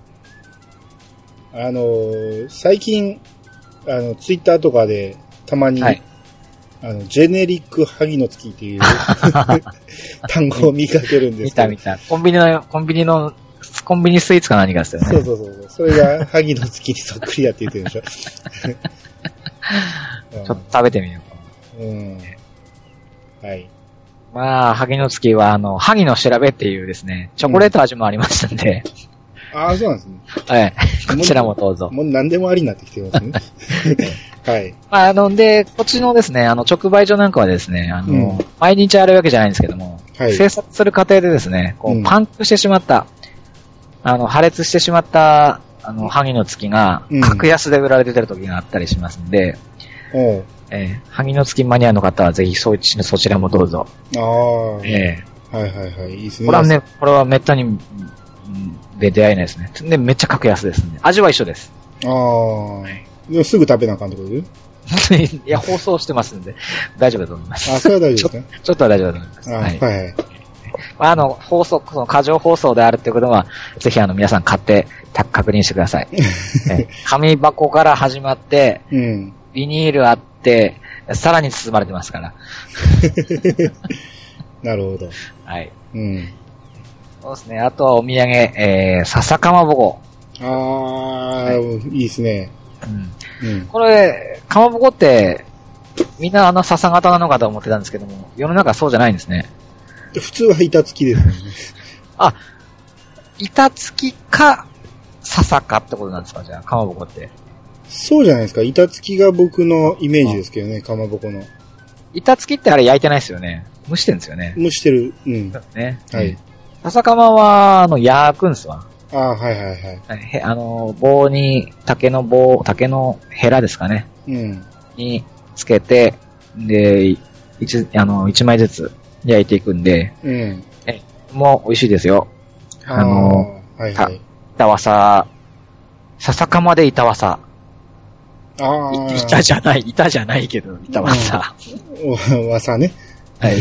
S1: あのー、最近、あの、ツイッターとかで、たまに、
S2: はい。
S1: あの、ジェネリック萩の月 っていう単語を見かけるんで
S2: 見
S1: すけ
S2: た
S1: ど。
S2: 見た。コンビニの、コンビニの、コンビニスイーツか何かですよね。
S1: そうそうそうそう。それが萩の月にそっくりだって言ってるで しょ。
S2: ちょっと食べてみようか。
S1: うん。はい。
S2: まあ、萩の月は、あの、萩の調べっていうですね、チョコレート味もありましたんで、
S1: ああ、そうなんですね。
S2: はい。こちらもどうぞ。
S1: もう何でもありになってきてます ね。はい。
S2: まあ、あの、で、こっちのですね、あの、直売所なんかはですね、あの、
S1: うん
S2: 毎日あるわけじゃないんですけども、
S1: はい
S2: 制作する過程でですね、こ
S1: うん
S2: う、パンクしてしまった、あの、破裂してしまった、あの、萩の月が
S1: うん、
S2: 格安で売られてる時があったりしますんで、
S1: おう
S2: えー萩の月マニアの方はぜひ、そっちそちらもどうぞ。
S1: ああ、
S2: え
S1: はいはいはい。いいです
S2: ー
S1: ね。
S2: これはね、これはめったに、うんで出会えないですね。で、めっちゃ格安ですんで。味は一緒です。
S1: ああ。でもすぐ食べなあかんってことで
S2: いや、放送してますんで、大丈夫だと思います。
S1: あ、それは大丈夫ですね。
S2: ちょっとは大丈夫だと思います。
S1: あ
S2: は
S1: はい
S2: い。
S1: はい。
S2: まあ、あの、放送、その過剰放送であるってことは、ぜひあの皆さん買って、た確認してください。え紙箱から始まって、
S1: うん。
S2: ビニールあって、さらに包まれてますから。
S1: なるほど。
S2: はい。
S1: うん。
S2: そうですね。あとはお土産、えー、笹かまぼこ。
S1: ああ、いいですね。
S2: うん。
S1: うん。
S2: これ、かまぼこって、みんなあの笹型なのかと思ってたんですけども、世の中そうじゃないんですね。
S1: 普通は板付きですもんね。
S2: あ、板付きか、笹かってことなんですかじゃあ、かまぼこって。
S1: そうじゃないですか。板付きが僕のイメージですけどね、かまぼこの。
S2: 板付きってあれ焼いてないですよね。蒸してるんですよね。
S1: 蒸してる。うん。
S2: ね。
S1: はい。。
S2: 笹かまは、あの、焼くんですわ。
S1: ああ、はいはいはい。
S2: はいへあの、棒に、竹の棒、竹のヘラですかね。
S1: うん。
S2: につけて、で、一、あの、一枚ずつ焼いていくんで、
S1: うん。
S2: もう美味しいですよ。あの
S1: あー、はいはい。
S2: 板わさ、笹かまで板わさ。
S1: ああ
S2: い板じゃない、板じゃないけど、板わさ。
S1: ゃ。わさね。
S2: はい。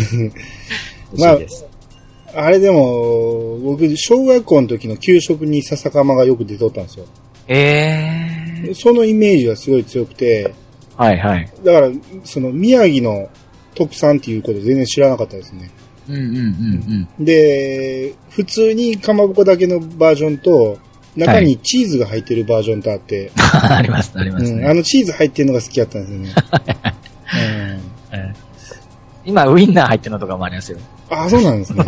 S2: 美
S1: まあ
S2: 味しいです。
S1: あれでも、僕、小学校の時の給食に笹かまがよく出とったんですよ。
S2: ええ
S1: そのイメージがすごい強くて、
S2: はいはい。
S1: だから、その宮城の特産っていうこと全然知らなかったですね。
S2: うんうんうん
S1: で、普通にかまぼこだけのバージョンと、中にチーズが入ってるバージョンとあって、
S2: うん。あります、あります
S1: うん、あ
S2: ね。
S1: のチーズ入ってるのが好きだったんですよ ね。うん、
S2: ええ今、ウインナー入ってるのとかもありますよ。
S1: あ、そうなんですね。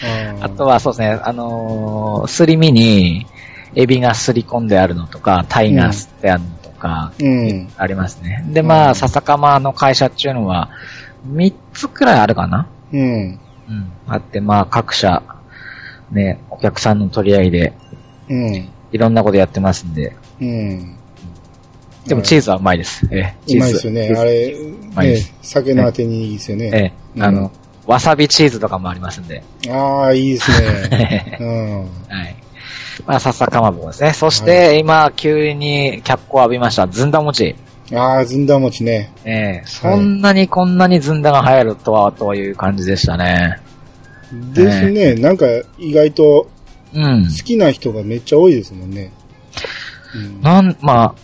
S1: ー
S2: あとはそうですね、あのーすり身に、エビがすり込んであるのとか、タイがすってあるのとか、
S1: うん。
S2: ありますね。で、ま
S1: う
S2: あ、
S1: ん
S2: 笹かまの会社っていうのは、3つくらいあるかな
S1: うん。
S2: うん。あって、まあ、各社、ね、お客さんの取り合いで、
S1: うん。
S2: いろんなことやってますんで。
S1: うん。
S2: でも、チーズはうまいです。ええ、
S1: う
S2: チー
S1: まい
S2: ズ。
S1: ですよね。あれ、
S2: まいで
S1: ね
S2: す、
S1: 酒のあてにいいですよね。
S2: ええ、あの、わさびチーズとかもありますんで。
S1: ああ、いいですね。
S2: は
S1: うん。
S2: い。まあ、笹かまぼこですね。そして、今、急に脚光を浴びました。ずんだ餅。
S1: ああ、ずんだ餅ね。
S2: ええそんなにこんなにずんだが流行るとは、という感じでしたね。
S1: ですね。なんか、意外と
S2: うん。
S1: 好きな人がめっちゃ多いですもんね。うん
S2: なん、まあ、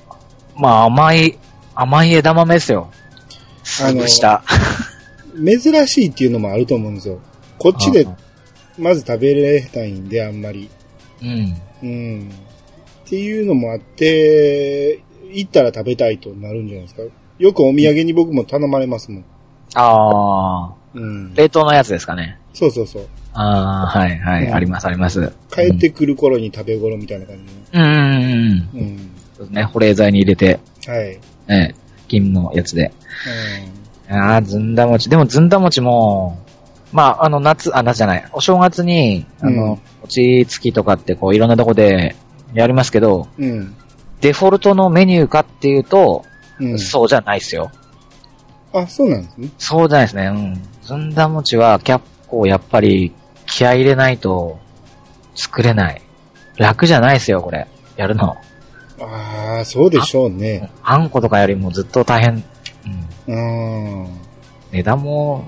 S2: まあ、甘い、甘い枝豆ですよ。
S1: あの
S2: 潰した。
S1: 珍しいっていうのもあると思うんですよ。こっちでまず食べれたいんで、あんまり。
S2: うん。
S1: うん。っていうのもあって、行ったら食べたいとなるんじゃないですか。よくお土産に僕も頼まれますもん。
S2: ああ、
S1: うん。
S2: 冷凍のやつですかね。
S1: そうそうそう。
S2: ああ、はい、はい、
S1: うん
S2: あります、あります。
S1: 帰ってくる頃に食べ頃みたいな感じ
S2: うん。うん、うん、うん。
S1: の。うん。
S2: そうですね、保冷剤に入れて、
S1: はい。
S2: ええ、金のやつで。ああ、ずんだ餅。でもずんだ餅も、まあ、あの、夏、あ、夏じゃない、お正月に、あ
S1: うん
S2: の、餅つきとかってこう、いろんなとこでやりますけど、
S1: うん。うん。
S2: デフォルトのメニューかっていうと、
S1: うん。
S2: そうじゃないですよ。
S1: あ、そうなんですね。
S2: そうじゃないですね。うん。ずんだ餅は、キャッコやっぱり、気合い入れないと、作れない。楽じゃないですよ、これ。やるの。
S1: ああ、そうでしょうね。
S2: あんことかよりもずっと大変。うん。
S1: うん。
S2: 値段も、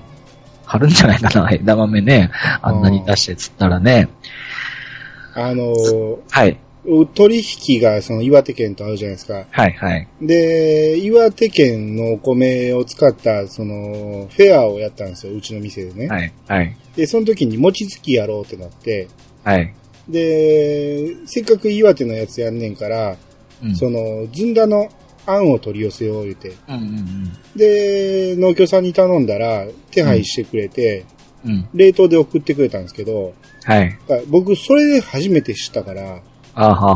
S2: 張るんじゃないかな、 枝豆ね。あんなに出して釣ったらね。
S1: あの
S2: はい。
S1: ー取引がその岩手県と合うじゃないですか。
S2: はい、はい。
S1: で、岩手県のお米を使った、その、フェアをやったんですよ、うちの店でね。
S2: はい、はい。
S1: で、その時に餅つきやろうってなって、
S2: はい。
S1: で、せっかく岩手のやつやんねんから、
S2: うん。
S1: その、ずんだの餡を取り寄せよう言うて。
S2: うん、うん、
S1: で、農協さんに頼んだら、手配してくれて、
S2: うん。うん。
S1: 冷凍で送ってくれたんですけど、
S2: はい。
S1: だから僕、それで初めて知ったから、
S2: あははは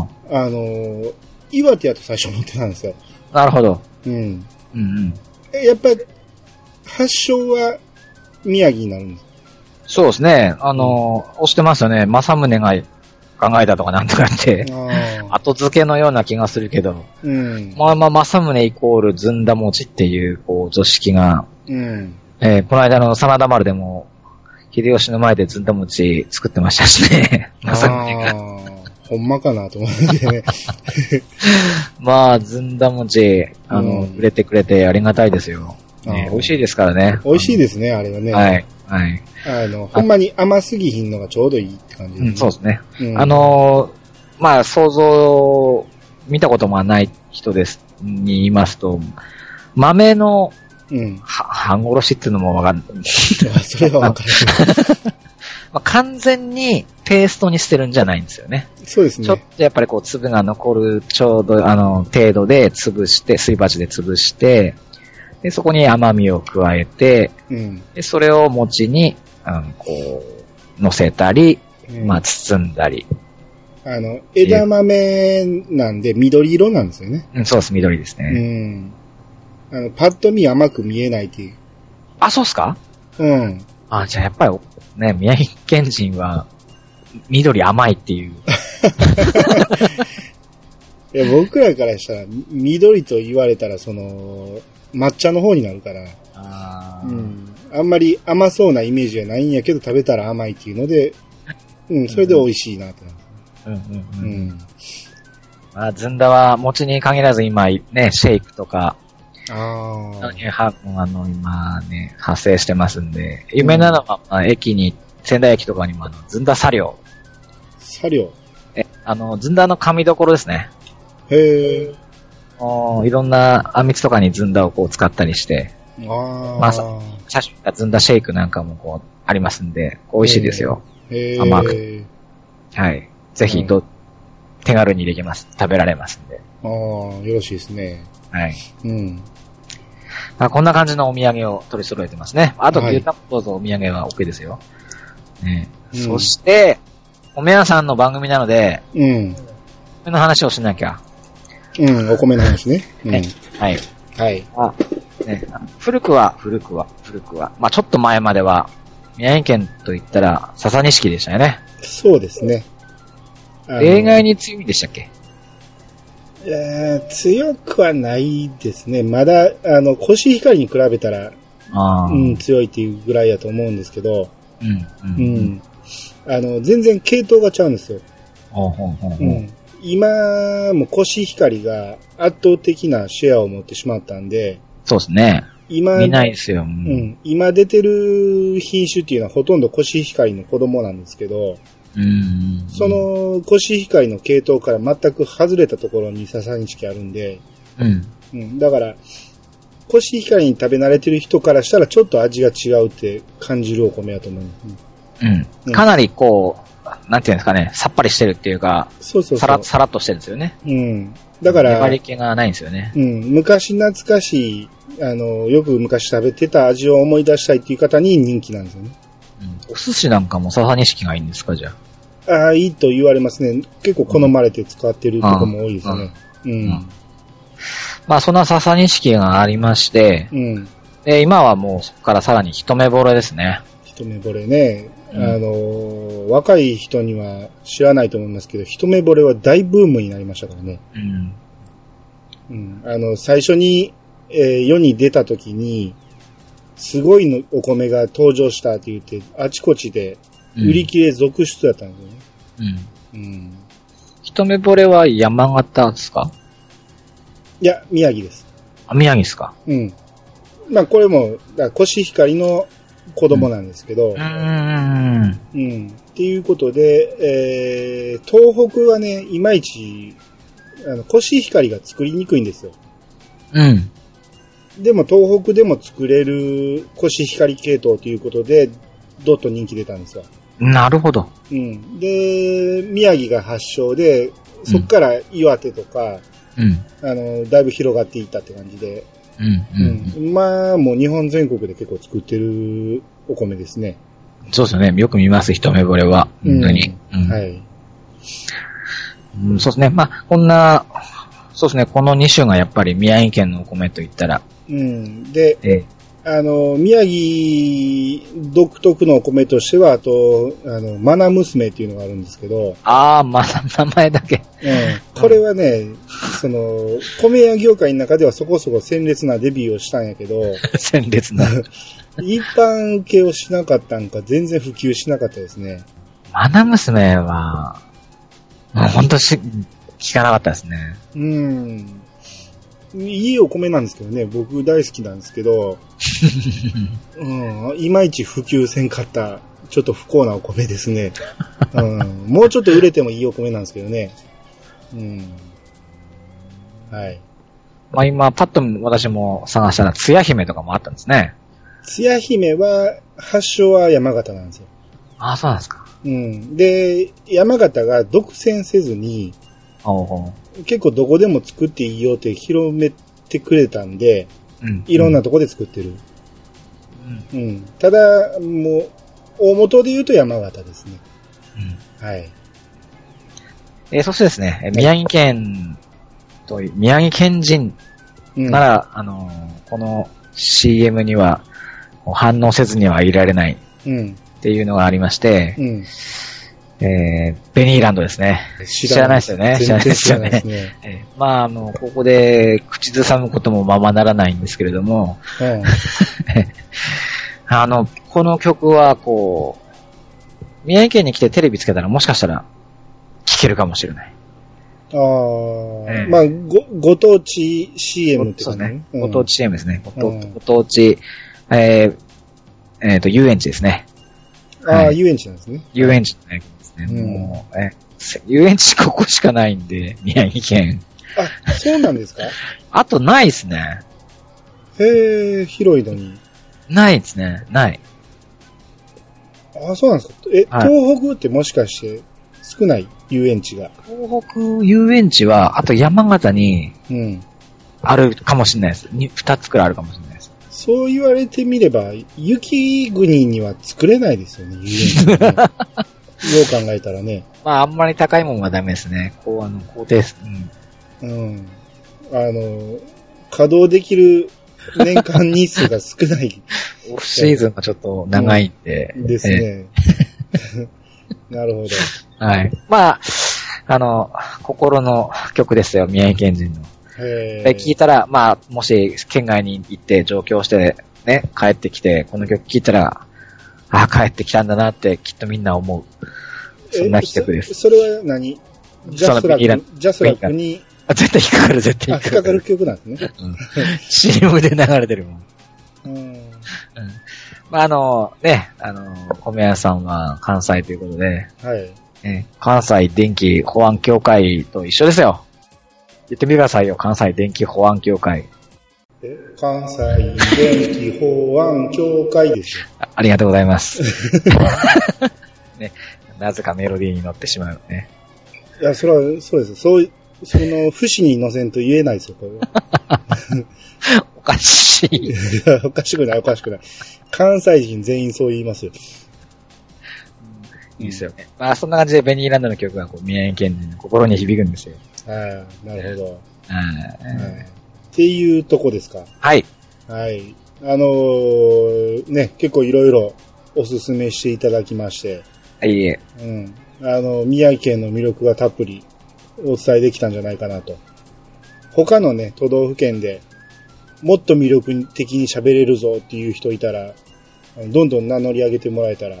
S2: は。
S1: あのー岩手やと最初思ってたんですよ。
S2: なるほど。
S1: うん。
S2: うん、うん。
S1: えやっぱ、発祥は宮城になるんです。
S2: そうですね。あの、押してますよね。政宗が考えたとかなんとかって。
S1: ああ。
S2: 後付けのような気がするけど、
S1: うん。
S2: まあまあ、政宗イコールずんだ餅っていう、こう、図式が、
S1: うん。
S2: えーこの間の真田丸でも、秀吉の前でずんだ餅作ってましたしね。
S1: ああ。ほんまかなと思ってね。
S2: まあ、ずんだ餅、あの、
S1: うん
S2: 売れてくれてありがたいですよ。 ね
S1: あー
S2: 美味しいですからね。
S1: 美味しい
S2: で
S1: ですね、あれはね。
S2: はい。はい。
S1: あの、ほんまに甘すぎひんのがちょうどいいって感じ
S2: うん、そうですね。
S1: す。うん
S2: あ、のーまあ、想像、見たこともない人です、に言いますと、豆の
S1: うん。
S2: は半殺しっていうのもわかんない。
S1: それはわ かる。
S2: まあ、完全にペーストにしてるんじゃないんですよね。
S1: そうですね。
S2: ちょっとやっぱりこう粒が残るちょうどあの程度で潰して、すり鉢で潰して、で、そこに甘みを加えて、
S1: うん。
S2: で、それを餅に、あの、こう、乗せたり、
S1: うん
S2: まあ、包んだり。
S1: あの、枝豆なんで緑色なんですよね。
S2: うん、そうです、緑ですね。
S1: うん。あの、パッと見甘く見えないっていう。
S2: あ、そうっすか
S1: うん。
S2: あ、じゃあやっぱり、ね、宮城県人は、緑甘いっていう。
S1: い や僕らからしたら、み緑と言われたら、その、抹茶の方になるから、
S2: あ
S1: うん。あんまり甘そうなイメージはないんやけど、食べたら甘いっていうので、うん、それで美味しいなと。
S2: うんうん
S1: う
S2: うん。
S1: ん。
S2: まあ、ずんだは、餅に限らず今、ね、シェイクとか、
S1: ああ。
S2: ハあの、今ね、発生してますんで、有名なのは、まあ駅に、仙台駅とかにも、あの、ずんだ作業。
S1: 作業。
S2: え、あの、ずんだの紙どころですね。
S1: へえ。
S2: おーいろんなあんみつとかにずんだをこう使ったりして、
S1: あ
S2: まさ
S1: あ。
S2: 写真がずんだシェイクなんかもこう、ありますんで、美味しいですよ。
S1: へ
S2: 甘
S1: え。
S2: はい。ぜひど、手軽にできます。食べられますんで。
S1: ああ、よろしいですね。
S2: はい。
S1: うん。
S2: まあ、こんな感じのお土産を取り揃えてますね。あと、
S1: はい
S2: 牛タンどうぞお土産は OK ですよ。ね
S1: うん
S2: そして、おめやさんの番組なので、
S1: うん。
S2: 米の話をしなきゃ。
S1: うん、お米の話ね。う
S2: ね
S1: ん。
S2: はい。
S1: はい。
S2: あね、古くは、古くは、古くは、まあちょっと前までは、宮城県と言ったら、笹錦でしたよね。
S1: そうですね。あの
S2: 例外に強みでしたっけ
S1: えー強くはないですね。まだ、あの、コシヒカリに比べたら、
S2: ああ。
S1: う。ん、強いっていうぐらいやと思うんですけど、
S2: うん。
S1: う
S2: うん。
S1: ん。あの、全然系統がちゃうんですよ。
S2: ほうほうほう
S1: う
S2: ほう。
S1: ん。今、もコシヒカリが圧倒的なシェアを持ってしまったんで、
S2: そうですね。
S1: 今、
S2: 見ないですよ。う。
S1: うんん、今出てる品種っていうのはほとんどコシヒカリの子供なんですけど、
S2: うん。
S1: そ、のコシヒカリの系統から全く外れたところにササニシキあるんで、
S2: うん。
S1: うん、だから、コシヒカリに食べ慣れてる人からしたらちょっと味が違うって感じるお米やと思う。うん
S2: うん。かなりこう、なんていうんですかね、さっぱりしてるっていうか、
S1: そうそう
S2: さ
S1: そう
S2: ら、。さらっとしてるんですよね。
S1: うん。だか
S2: 粘
S1: ら
S2: り、気がないんですよね。
S1: うん、昔懐かしい、あの、よく昔食べてた味を思い出したいっていう方に人気なんですよね。
S2: うんお寿司なんかも笹錦がいいんですか、じゃあ。
S1: ああ、いいと言われますね。結構好まれて使ってるとこも多いですね。う。
S2: うんまあ、そんな笹錦がありまして、
S1: うん。
S2: で、今はもうそこからさらに一目惚れですね。
S1: 一目惚れね。あ
S2: うん
S1: の、若い人には知らないと思いますけど、一目惚れは大ブームになりましたからね。
S2: うん。
S1: うん、あの、最初に、えー世に出た時に、すごいのお米が登場したって言って、あちこちで売り切れ続出だったんですよね。
S2: うん。
S1: うん。
S2: 一目惚れは山形ですか
S1: いや、宮城です。
S2: あ、宮城ですか
S1: うん。まあ、これも、だからコシヒカリの子供なんですけど、
S2: うんうんうん。
S1: うん。っていうことで、えー、東北はね、いまいち、あの、コシヒカリが作りにくいんですよ。
S2: うん。
S1: でも東北でも作れるコシヒカリ系統ということで、どっと人気出たんですよ。
S2: なるほど。
S1: うん。で、宮城が発祥で、そっから岩手とか、
S2: うん。
S1: あの、だいぶ広がっていったって感じで、
S2: うん。うん。
S1: うん。まあ、もう日本全国で結構作ってるお米ですね。
S2: そうですよね。よく見ます、一目惚れは。本当に。
S1: うん
S2: うん
S1: はい。
S2: うんそうですね。まあ、こんな、そうですね。この2種がやっぱり宮城県のお米といったら、
S1: うん。で、
S2: ええ
S1: あの、宮城独特のお米としては、あと、あの、マナ娘っていうのがあるんですけど、
S2: あー、まだ名前だけ。
S1: うん、これはね、その、米屋業界の中ではそこそこ鮮烈なデビューをしたんやけど、
S2: 鮮 烈な。
S1: 一般受けをしなかったんか、全然普及しなかったですね。
S2: マナ娘は、もう本当し、聞かなかったですね。
S1: うん。いいお米なんですけどね、僕大好きなんですけど、うん、いまいち普及せんかった、ちょっと不幸なお米ですね。うん、もうちょっと売れてもいいお米なんですけどね。うん。はい。
S2: まあ今、パッと私も探したら、つや姫とかもあったんですね。
S1: つや姫は、発祥は山形なんですよ。
S2: ああ、そうなんですか。
S1: うん。で、山形が独占せずに、
S2: おうおう
S1: 結構どこでも作っていいよって広めてくれたんで、
S2: うん。
S1: いろんなとこで作ってる。うん。ただ、もう、大元で言うと山形ですね。
S2: うん
S1: はい。
S2: えーそしてですね、えー宮城県という、宮城県人
S1: うん。
S2: なら、あのーこの CM にはこう反応せずにはいられない
S1: うん。
S2: っていうのがありまして、
S1: うん。
S2: えーベニーランドですね。
S1: 知
S2: らないですよね
S1: 全然知らないですね。
S2: えーまあ、あの、ここで口ずさむこともままならないんですけれども、
S1: うん。
S2: あの、この曲はこう、宮城県に来てテレビつけたらもしかしたら聴けるかもしれない。
S1: ああ、
S2: ええ
S1: まあ、ご、ご当地 CM って
S2: そう
S1: 感
S2: で
S1: じ、
S2: すね。
S1: うん
S2: ご当地 CM ですね。ご当
S1: うん
S2: ご当地、えーえっ、と、遊園地ですね。
S1: ああ、
S2: はい
S1: 遊園地なんですね。
S2: 遊園地ね。
S1: うん
S2: もう、え、せ遊園地ここしかないんで、 宮城県。
S1: あ、そうなんです か
S2: あとないですね。
S1: へえ、広いのに。
S2: ないですね。ない。
S1: ああ、そうなんですかえ、
S2: はい
S1: 東北ってもしかして少ない遊園地が。
S2: 東北遊園地は、あと山形に
S1: うん。
S2: あるかもしれないです。に二つくらいあるかもしれないです。
S1: そう言われてみれば、雪国には作れないですよね、遊園 地はね、よう考えたらね。
S2: まあ、あんまり高いもんはダメですね。こう、あの、高低、うん。
S1: うん。あの、稼働できる年間日数が少ない
S2: オフシーズンがちょっと長いんで。
S1: です
S2: え
S1: ね。 なるほど。
S2: え。はい。まあ、あの、心の曲ですよ、宮城県人の。
S1: え
S2: で、聞いたら、まあ、もし、県外に行って、上京して、ね、帰ってきて、この曲聴いたら、ああ、帰ってきたんだなって、きっとみんな思う。そんな企画です。
S1: そそれは何ジャスラ
S2: ビギナー
S1: ック、ジャスラックに、
S2: あ、絶対引っかかる、絶
S1: あ、
S2: 対
S1: 引っ
S2: 引っか
S1: か
S2: か
S1: かる
S2: る。
S1: 曲なんですね。
S2: CM で流れてるもん。
S1: うん。
S2: まあ、あの、ね、あの、米屋さんは関西ということで、
S1: はい。
S2: ね、関西電気保安協会と一緒ですよ。言ってみてくださいよ、関西電気保安協会。
S1: え関西電気法案協会ですよ。
S2: あありがとうござ います。ね、なぜかメロディーに乗ってしまうね。
S1: いや、それは、そうです。そう、その、不死に乗せんと言えないですよ、これは。
S2: おかしい。
S1: いやおかしくない、おかしくない。関西人全員そう言いますよ。
S2: いいですよね。まあ、そんな感じでベニーランドの曲がこう宮城県人の心に響くんですよ。
S1: ああ、なるほど、
S2: うん
S1: はい。っていうとこですか。
S2: はい。
S1: はい。あのーね、結構いろいろおすすめしていただきまして、
S2: いいえ。
S1: うん。あの、宮城県の魅力がたっぷりお伝えできたんじゃないかなと。他のね、都道府県でもっと魅力的に喋れるぞっていう人いたら、あのどんどん名乗り上げてもらえたら、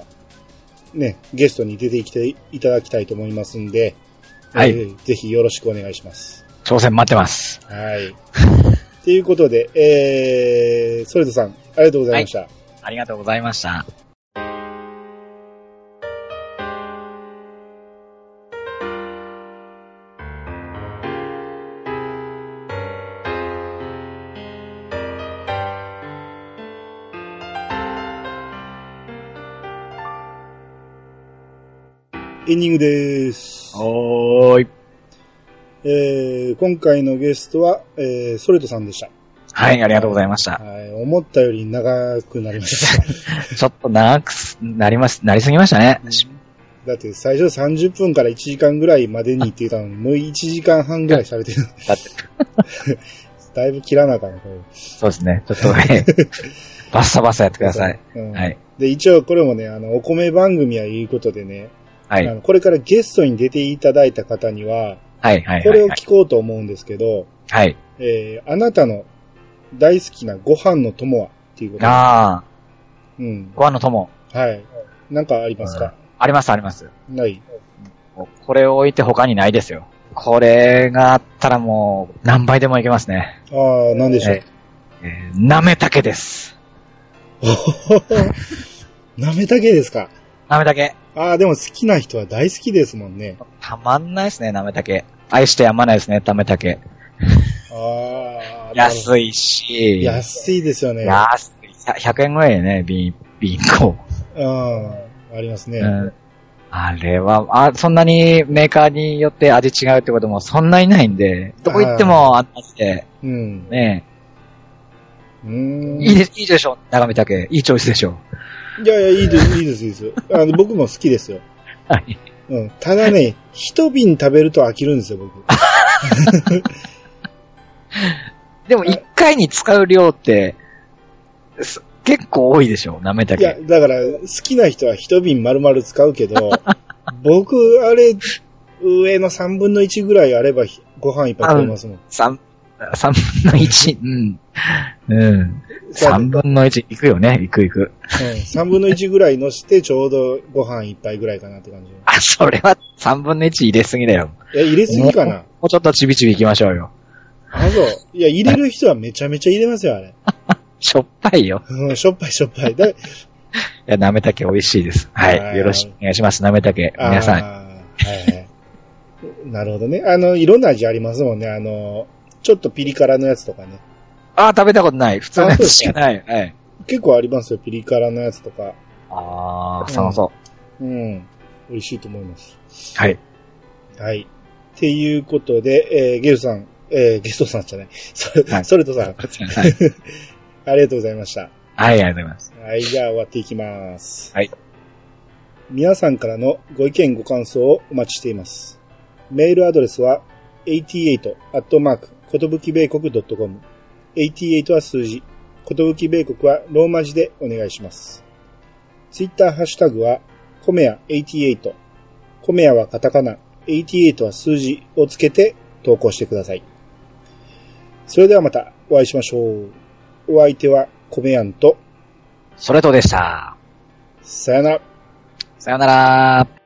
S1: ね、ゲストに出てきていただきたいと思いますんで、
S2: はい
S1: ーぜひよろしくお願いします。
S2: 挑戦待ってます。
S1: はい。ということで、えー、ソレトさん、ありがとうございました。
S2: ありがとうございました。
S1: エンディングです。
S2: おーい。
S1: えー今回のゲストは、えーソレトさんでした。
S2: はい、ありがとうございました。
S1: はい、思ったより長くなりま した。
S2: ちょっと長くすなります、なりすぎましたね。
S1: だって最初30分から1時間ぐらいまでにって言ったのに、もう1時間半ぐらい喋ってる。
S2: だって
S1: だいぶ切らなあかんな、これ。
S2: そうですね。ちょっと、 ええバッサバッサやってください。
S1: うん
S2: はい。
S1: で、一応これもね、あの、お米番組はいうことでね、
S2: は
S1: あ
S2: い。
S1: のこれからゲストに出ていただいた方には、
S2: はい、はい、
S1: こ
S2: は
S1: れ
S2: い
S1: を。聞こうと思うんですけど、
S2: はい。
S1: えーあなたの大好きなご飯の友はっていうことで。
S2: ああ、
S1: うん。
S2: ご飯の友。
S1: はい。なんかありますか、
S2: あります、あります。
S1: ない。
S2: これを置いて他にないですよ。これがあったらもう何倍でもいけますね。
S1: ああ、なんでしょう。
S2: ええーなめたけです。
S1: なめたけですか
S2: なめたけ。
S1: ああ、でも好きな人は大好きですもんね。
S2: たまんないですね、なめたけ。愛してやまないですね、なめたけ。
S1: ああ。い。
S2: 安いし。
S1: 安いですよね。
S2: 安い。100円ぐらいでね、瓶、瓶一個。
S1: うん。ありますね。
S2: うんあれは、あ、そんなにメーカーによって味違うってこともそんなにないんで、どこ行ってもあんなして、
S1: うん。
S2: ね、
S1: うーん。
S2: いいで、いいでしょ、眺めたけ。いいチョイスでしょ。
S1: いやいや、いいです、いいです、いいです。あの僕も好きですよ。
S2: はい。
S1: うん。ただね、一瓶食べると飽きるんですよ、僕。
S2: でも一回に使う量って、す結構多いでしょ、なめた
S1: いや、
S2: け。
S1: だから、好きな人は一瓶丸々使うけど、 僕、あれ、上の三分の一ぐらいあればひご飯いっぱい食べますもん。
S2: 三、三分の 一、うん。うん。三分の一、いくよね、いくいく。
S1: うん、三分の一ぐらいのして、ちょうどご飯一杯ぐらいかなって感じ。
S2: あ、それは三分の一入れすぎだよ。
S1: え、入れすぎかな
S2: もうちょっとちびちび行きましょうよ。
S1: あ、そう。いや、入れる人はめちゃめちゃ入れますよ、あれ。
S2: しょっぱいよ。
S1: うん、しょっぱいしょっぱい。だ
S2: いや、なめたけ美味しいです。
S1: あ
S2: は
S1: ー
S2: い。よろしくお願いします。なめたけ。
S1: あー
S2: 皆さん。
S1: はいはい。なるほどね。あの、いろんな味ありますもんね。あの、ちょっとピリ辛のやつとかね。
S2: あー食べたことない。普通のや
S1: あそう
S2: つ
S1: です
S2: し
S1: か
S2: かない。はい。
S1: 結構ありますよ、ピリ辛のやつとか。
S2: あ
S1: ー
S2: あ、そうそ
S1: うん。美味しいと思います。
S2: う。はい。
S1: はい。っていうことで、えーゲルさん、えーゲストさんじゃない。それ、
S2: はい
S1: ソレトさん、
S2: はい。
S1: ありがとうございました。
S2: はい、ありがとうございます。
S1: はい、じゃあ終わっていきます。
S2: はい。
S1: 皆さんからのご意見ご感想をお待ちしています。メールアドレスは88アットマーク、ことぶき米国 .com。88は数字、ことぶき米国はローマ字でお願いします。ツイッターハッシュタグは、コメア88。コメアはカタカナ、88は数字をつけて投稿してください。それではまたお会いしましょう。お相手はコメアンと、
S2: それとでした。
S1: さよなら。
S2: さよなら。